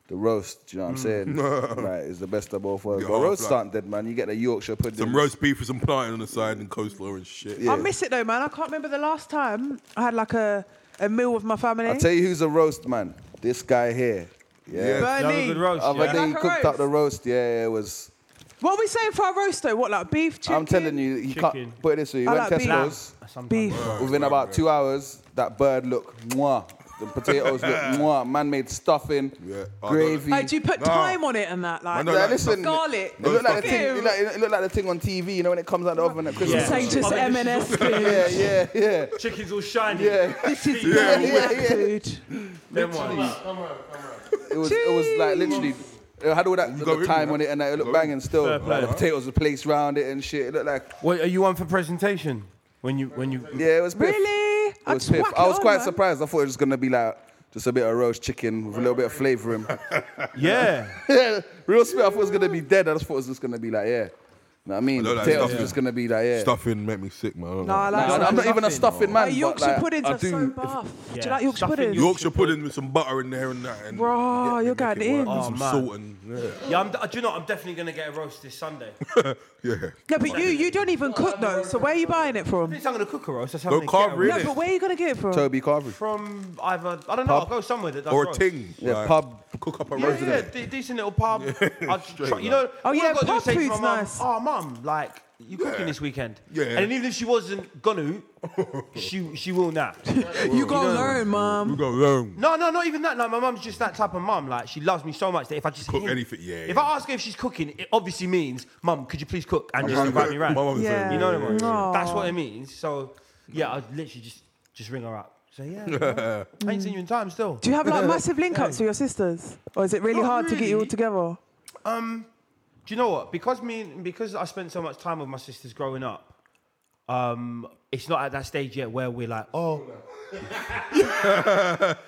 the roast. Do you know what I'm saying? like, it's the best of both worlds.
Get
But
half,
roast
like-
aren't dead, man. You get the Yorkshire pudding.
Some roast beef with some plantain on the side and coleslaw and shit.
I miss it though, man. I can't remember the last time I had like a, a meal with my family.
I'll tell you who's a roast man. This guy here. Yeah.
Yeah, Bernie. another good roast,
Other
yeah.
day he
Like a
cooked up
roast.
the roast. Yeah, yeah, it was.
What are we saying for our roast though? What like beef, chicken?
I'm telling you, he can't put it this way. He
I
went
like beef.
Tesco's.
Beef.
Within about two hours, that bird looked mwah. The potatoes looked mwah. Man made stuffing,
I
gravy.
Like, do you put time on it and that? Like,
No,
like,
listen,
garlic.
It looked, like the
Ew.
thing, it, looked like, it looked like the thing on TV, you know, when it comes out the oven at Christmas.
Say
(laughs)
just M&S,
Yeah,
please.
yeah, yeah.
Chicken's all shiny.
Yeah.
This is
Yeah,
bloody
yeah,
whack,
yeah.
dude.
Them ones.
It was, it was like literally. It had all that
got
little
rid
time
of
on
that.
it, and it looked banging still.
Fair play.
The potatoes were placed round it and shit. It looked like
What are you on for presentation? When you when you
yeah, it was piff.
(laughs) Really?
It was piff. I was quite surprised. I thought it was gonna be like just a bit of roast chicken with a little bit of flavouring.
yeah.
yeah, real spit. I thought it was gonna be dead. I just thought it was just gonna be like yeah. You know what I mean?
know that
potatoes
stuff-
were just gonna be like yeah.
Stuffing make me sick, man. I don't
No, I
know.
like
I'm not
stuffing.
even a stuffing man.
Like,
but,
Yorkshire
like,
puddings
I
are so
do-
buff. Do
Yeah.
you like Yorkshire
Stuffing
puddings?
Yorkshire pudding with some butter in there and that. And
Bro, you're
make
going
it work
in.
with
Oh,
some
man.
salt and yeah,
Yeah, I'm, do you know what? I'm definitely gonna get a roast this
(laughs)
Sunday.
yeah.
No, but you you don't even cook though. So where are you buying it from?
I'm gonna cook a roast. That's how
Go
I'm gonna
carve
get a
it.
roast.
No, but where are you gonna get it from?
Toby Carvery.
From either I don't know. I'll go somewhere that does
Or a
roast.
ting.
Yeah,
like,
pub.
Cook up a
Yeah,
roast.
yeah, de- decent little pub.
(laughs)
I'll try, you know,
Oh,
all I've
yeah,
gotta do
pub
is say to my
food's
mum,
nice.
Oh, mum, like you cooking this weekend?
Yeah.
And even if she wasn't
(laughs)
gonna, she she will now.
You gotta learn, mum.
We go alone.
No, no, not even that. Like my mum's just that type of mum. Like she loves me so much that if I just
Cook
hint-
anything, yeah,
If
yeah.
I ask her if she's cooking, it obviously means, mum, could you please cook and just invite me
My mum
round.
was
Yeah.
saying,
You know what I (laughs) mean?
Aw.
That's what it means. So yeah, I literally just just ring her up. So yeah, mum, I ain't seen you in time still.
Do you
(laughs)
have like massive link ups with your sisters? Or is it really
Not
hard to get you all
really.
together?
Do you know what? Because me, and- because I spent so much time with my sisters growing up, um, it's not at that stage yet where we're like, oh.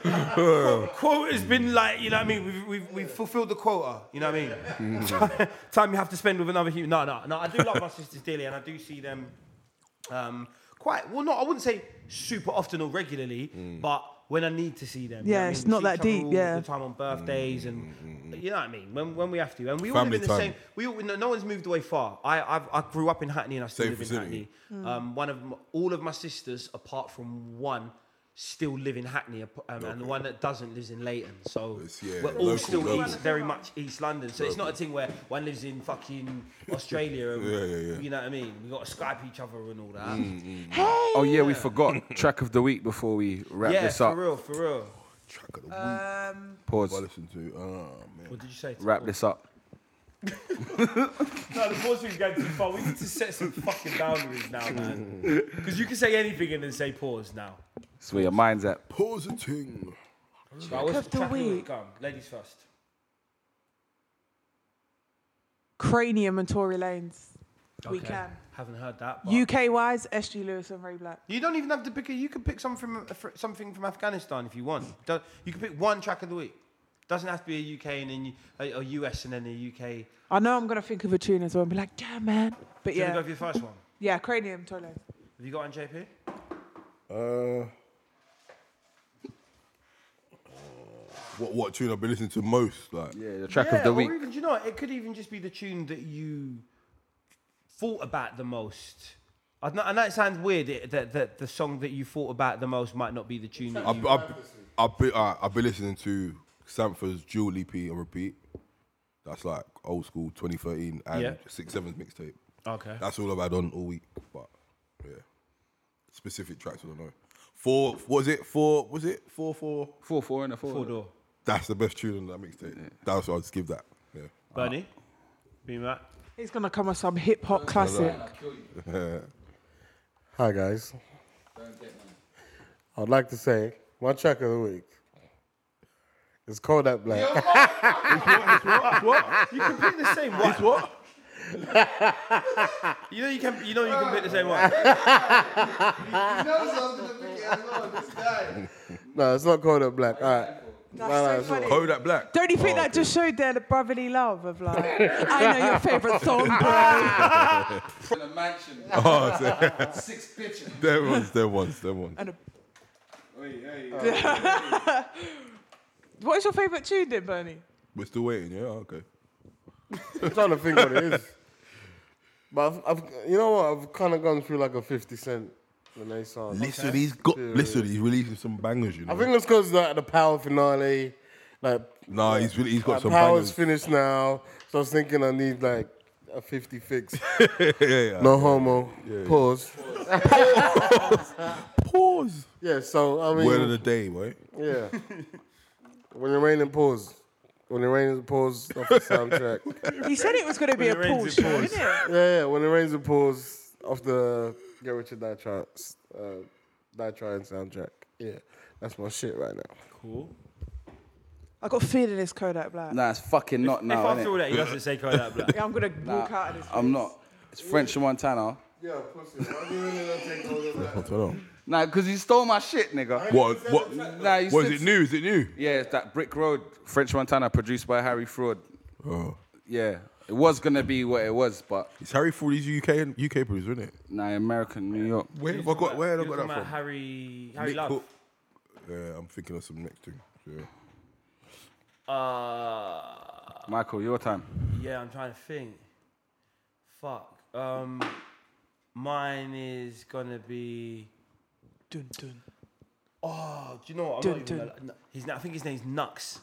quota has been like, you know what I mean? We've, we've, we've fulfilled the quota, you know what I mean? (laughs) time you have to spend with another human. No, no, no. I do love my sisters dearly, and I do see them um, quite well. Not, I wouldn't say super often or regularly, but when I need to see them. you know
Yeah,
what I mean?
it's
We
not
see
that
each other
deep,
all the
yeah.
time on birthdays
Mm,
and you know what I mean. When, when we have to, and we all live
Family
in the
time.
same. We all, no, no one's moved away far. I I've, I grew up in Hackney and I still
Same
live
vicinity.
in
Mm.
Hackney. Um, one of m- all of my sisters, apart from one. Still live in Hackney, ap- um, and the one that doesn't lives in Leighton. So
It's- yeah,
we're all
local,
still
local.
East, very much East London. So it's not a thing where one lives in fucking Australia. And,
Yeah, yeah, Mm, yeah.
You know what I mean? We got to Skype each other and all that.
Oh yeah, we forgot track of the week before we wrap
Yeah,
this up.
for real, for real.
Track of the week. I
Pause.
listen to. Oh man.
What did you say?
Wrap this up.
No, the boys we've gone too far. We need to set some fucking boundaries now, man. Because you can say anything and then say pause now.
That's where your mind's at.
Pause the ting.
But what's
of the
track
week.
Come, ladies first.
Cranium and Tory Lanes. We
Okay.
can.
Haven't heard that. But
UK wise, SG Lewis and Ray Black.
You don't even have to pick. A, you can pick something from fr- something from Afghanistan if you want. Don't- you can pick one track of the week. Doesn't have to be a UK and then you- a, a US and then a UK.
I know I'm gonna think of a tune as well and be like, damn man. But
Do you wanna
yeah,
go for your first one?
yeah, Cranium, Tory Lanes.
Have you got one, JP?
Uh, what what tune I've been listening to most? Like
Yeah, the track
yeah,
of the
or
week.
Even, do you know, what? it could even just be the tune that you thought about the most. I know, I know it sounds weird it, that, that the song that you thought about the most might not be the tune. That
I've
you,
I've I've been, uh, I've been listening to Sanford's Jewel EP on repeat. That's like old school 2013 and
Yeah.
Six Sevens mixtape.
okay.
That's all I've had on all week. But yeah, specific tracks I don't know. Four what was it? Four was it? Four four.
Four, four, and a four.
Four door.
That's the best tune on that mixtape. That's what I'd just give that. Yeah.
Bernie, be Matt.
He's gonna come with some hip hop classic.
Hi guys. I'd like to say my track of the week is Kodak Black. (laughs)
What? You can pick the same one. what? (laughs) you know you can. You know you can pick the same one.
He knows I'm gonna pick it as well. This guy.
No, it's not Kodak Black. All right.
That's
No, no,
so
it's all
funny.
right. Kodak Black. (laughs)
(laughs) Don't you think
Oh,
that
okay.
just showed their brotherly love
(laughs)
of like, I know your favorite song, bro.
In a mansion.
Oh, so-
Six bitches.
(laughs) There was, there was, there was.
And a-
Oi, oi, oi.
What's your favorite tune, then, Bernie?
We're still waiting, yeah? Okay.
I'm trying to think what it is. But I've, I've, you know what? I've kind of gone through like a 50 Cent renaissance.
Listen, he's got, listen, he's releasing some bangers, you know.
I think it's because like, the Power finale, like.
Nah, he's really- he's got
like,
some
Power's
bangers.
finished now, so I was thinking I need like a 50 fix.
yeah,
no
yeah.
homo.
(laughs) Yeah, yeah.
Pause.
Pause. Pause.
Yeah, so I mean.
Word of the day, right?
(laughs) Yeah. when you're raining, pause. When you're raining, pause off the (laughs) soundtrack.
He said it was going to be a
When it
pool
rains,
show, didn't it?
yeah, yeah. When it rains, it pours off the Get Richard Die Trying uh, Die Trying soundtrack. Yeah, that's my shit right now.
Cool.
I got fear in this Kodak Black.
Nah, it's fucking not
if
now.
after
innit?
all that he doesn't say Kodak Black.
Yeah, I'm gonna walk out of this.
Um,
I'm not. It's French Montana.
Yeah, pussy. Why do you really not take all of that?
What's going on?
Nah, because you stole my shit, nigga.
What? What?
Nah, you
what
said-
is it new? Is it new?
Yeah, it's that Brick Road, French Montana, produced by Harry Fraud.
Oh.
Yeah, it was gonna be what it was, but
It's Harry Ford. He's UK and UK producer, isn't it?
nah, American, New York.
Where have I got? Where have I
You're talking
got that
about
from?
Harry, Harry
Nick
Love.
Cook. Yeah, I'm thinking of some next thing. Yeah.
Uh,
Michael, your time.
yeah, I'm trying to think. Fuck. Um, mine is gonna be.
Dun, dun.
Oh, do you know what? I'm
Dun,
not even
dun.
gonna- no, He's not, I think his name's Nux.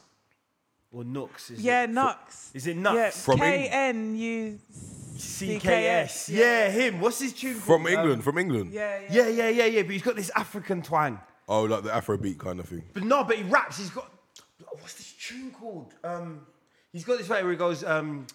Or Nux. Is
Yeah,
it?
Nux.
Is it
Yeah,
Nux?
From
K
England.
N U C K
CKS.
S.
Yeah, him. What's his tune
From
called?
England. from England.
Yeah,
Yeah,
yeah.
yeah, yeah, yeah. But he's got this African twang.
Oh, like the Afrobeat kind of thing.
But no, but he raps. He's got what's this tune called? Um, he's got this way where he goes, um,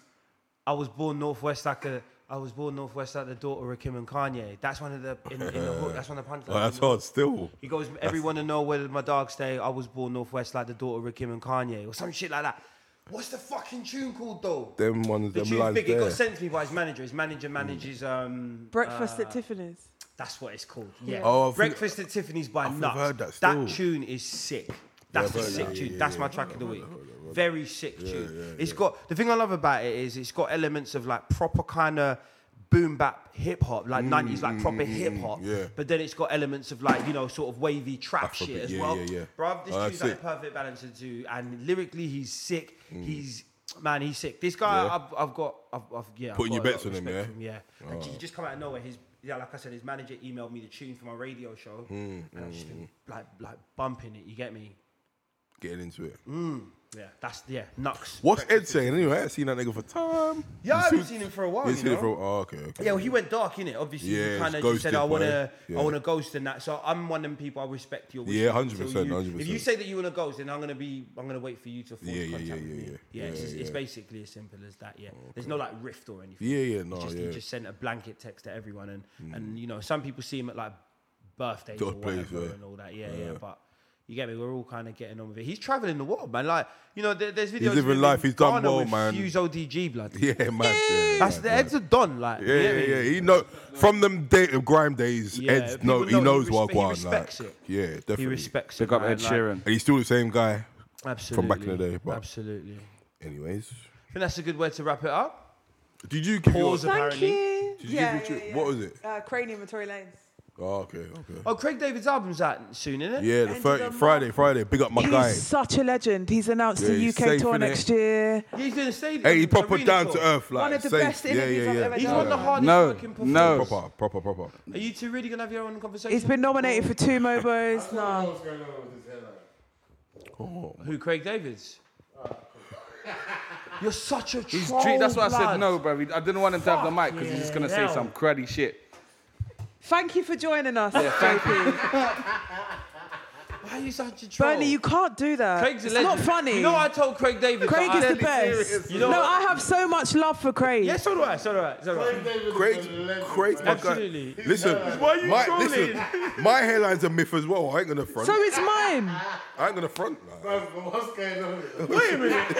"I was born northwest like a, I was born northwest like the daughter of Kim and Kanye." That's one of the in, in the hook. That's one of the punchlines.
Oh, that's hard still.
He goes, "Everyone to know where my dogs stay. I was born northwest like the daughter of Kim and Kanye," or some shit like that. What's the fucking tune called though?
Them ones,
The
them
tune's
lines
big. It
there.
got sent to me by his manager. His manager manages. Um,
Breakfast
uh,
at Tiffany's.
that's what it's called. Yeah.
Oh, I think-
Breakfast at Tiffany's by
think
Nux.
I've heard that still.
tune is sick. That's
Yeah,
a
I've heard
sick
that.
tune.
Yeah, yeah,
That's
yeah.
my track of the week. Very sick tune. It's got the thing I love about it is it's got elements of like proper kind of boom bap hip hop,
Mm,
like 90s like proper hip hop.
yeah.
But then it's got elements of like, you know, sort of wavy trap
Afrobeat,
shit as
yeah,
well.
yeah, yeah.
Bruv, this
Oh,
tune's like
that's
a
sick. Mm.
perfect balance of two. And lyrically he's sick. He's man, he's sick. This guy
Yeah.
I've, I've got I've, I've yeah. I've
Putting
got a lot
your bets
of
on him,
respect
yeah? Oh.
for him, yeah. And he just come out of nowhere. His yeah, like I said, his manager emailed me the tune for my radio show,
Hmm,
and I've just been like like bumping it. You get me?
Getting into it.
Yeah, that's yeah. Nux.
What's Ed saying anyway? I ain't seen that nigga for time.
Yeah, I
You (laughs)
haven't seen him for a while.
You
You
seen it
know?
for? Oh, okay, okay.
Yeah, well, he went dark in it. Obviously,
Yeah,
he
it's
kind of just said,
ghosted,
"I want to,
boy.
I
Yeah.
want to ghost and that." So I'm one of them people. I respect your. wishes
Yeah,
until
100%,
you-
100%.
If you say that you want to ghost, then I'm gonna be, I'm gonna wait for you to. Force
Yeah, yeah,
contact
yeah,
with
yeah,
me.
yeah.
it's,
Yeah,
just, it's
yeah.
basically as simple as that. Yeah, there's no like rift or anything.
Yeah, yeah,
He
no,
just, he
yeah. Mm.
just sent a blanket text to everyone, and and you know some people see him at like birthdays or
Just plays,
whatever
yeah.
and all that. Yeah, yeah, but. You get me? We're all kind of getting on with it. He's traveling the world, man. Like, you know, there, there's videos. of
living
him in
life. He's done
Ghana
well,
with
man.
Fuse ODG, blood.
(laughs) Yeah, man. Yeah,
That's
man,
the
man.
Ed's a don, like.
Yeah,
you get
yeah,
me?
yeah. He know from them day of grime days.
Yeah,
Ed's
people
no, he
know- he
knows
respe-
what
he
going. on,
respects
like.
it.
Yeah, definitely.
He respects
Pick
it.
up
man,
Ed
like,
Sheeran.
And he's still the same guy.
absolutely.
back in the day, but-
Absolutely. I
Anyways,
think that's a good way to wrap it up.
did you give
Pause
your,
Thank
apparently.
you.
Did you give your tune- what was it?
Uh, Cranium and Tory Lanez.
Oh, okay, okay.
Oh, Craig David's album's out soon, isn't it?
Yeah, the
Ended
thirty
on
Friday, Friday. Big up my
He's
guy.
such a legend. He's announced
Oh, Yeah,
the
he's
UK
safe,
tour
innit?
next year.
Yeah, he's doing a stadium.
Hey, he proper
arena
down
tour.
to earth, like
One of the
safe.
best interviews
yeah,
I've
yeah, yeah.
ever
He's
done.
one of the hardest
No,
working performers.
no.
Proper, proper, proper.
Are you two really gonna have your own conversation?
He's been nominated for two Mobos. no.
What's going on with his hairline?
Oh.
Who, Craig David's?
Ah.
You're such a
He's
troll,
treat- that's why I said
blood.
no, bro. I didn't want him to have the mic because he's just gonna say
yeah.
some cruddy shit.
Thank you for joining us,
thank
JP.
Why are you such a troll?
Bernie, you can't do that.
Craig's a
it's
legend.
not funny.
You know, I told Craig David.
Craig
that
is
I-
the best.
You know
no,
what?
I have so much love for Craig.
Yeah, so do I. So do I. So do I.
Craig's, Craig's my guy.
Absolutely.
Listen,
Why are you
my,
trolling?
listen, my hairline's a myth as well. I ain't gonna front.
so
(laughs)
it's mine.
I ain't gonna front. like. (laughs)
What's going on?
Wait a minute.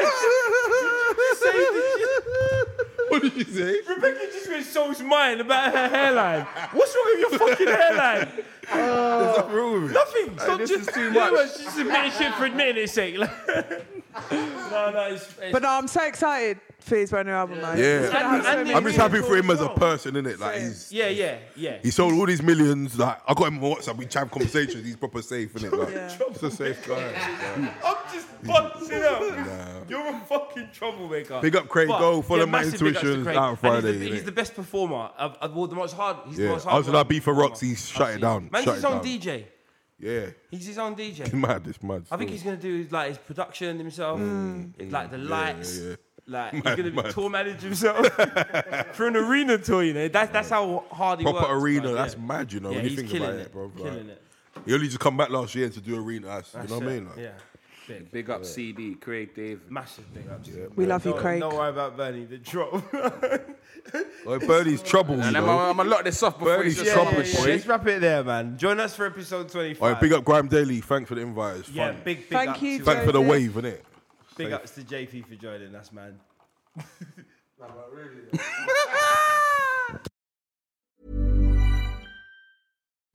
You saved it.
What did you say?
(laughs) Rebecca just went so mine about her hairline. What's wrong with your fucking hairline?
There's nothing wrong with it.
Nothing.
Hey,
Stop
this
just
is too
you
much.
know, She's admitting shit for admitting it's sake. (laughs) Like, no, no, it's, it's
But no, I'm so excited for his brand new album, man. It's gonna
Yeah.
have so many
I'm just happy
cool-
for him as a person, innit? Like he's
yeah, yeah, yeah.
he sold all these millions. Like I got him on WhatsApp. We have conversations. He's proper safe, innit? Like he's a safe guy.
I'm just busting up. You're a fucking troublemaker.
Big up Craig
But-
Gold, follow my
massive big ups to
intuitions
Craig.
out
And
Friday,
He's the,
innit?
he's the best performer. I've, I've, well, the most hard. He's the
Yeah.
most
I
hard.
was in that beat for Rocks. He shut it down.
Man's
shut
his
it
own
down.
DJ.
Yeah.
He's his own DJ.
It's mad. It's mad.
I think he's gonna do like his production himself, it- like the
Mm. yeah,
lights,
yeah, yeah.
like he's
Mad,
gonna
mad.
tour manage himself (laughs) for an arena tour. You know, that's that's how hard he
proper
works.
arena.
like, yeah.
That's mad. You know
Yeah,
when you
he's
think
killing
about
it,
it, bro. Like,
killing it.
He only just come back last year to do arena. That's, you know what I mean? Like,
Yeah,
Big up CD, Craig David.
massive big ups.
We love you,
Don't-
Craig.
Don't worry about Bernie. The drop. (laughs)
Like, Birdie's trouble. you
And I'm,
know.
I'm, i lock this off before
Birdie's
it's just
trouble,
yeah,
boy.
Let's wrap it there, man. Join us for episode twenty-five.
All right, big up Grime Daily. Thanks for the invite. It's
Yeah,
fun.
big big
Thank
up
you,
to-
Thanks for the
Joseph.
wave, innit?
Big ups to JP for joining us, man.
(laughs) Nah, but really, though.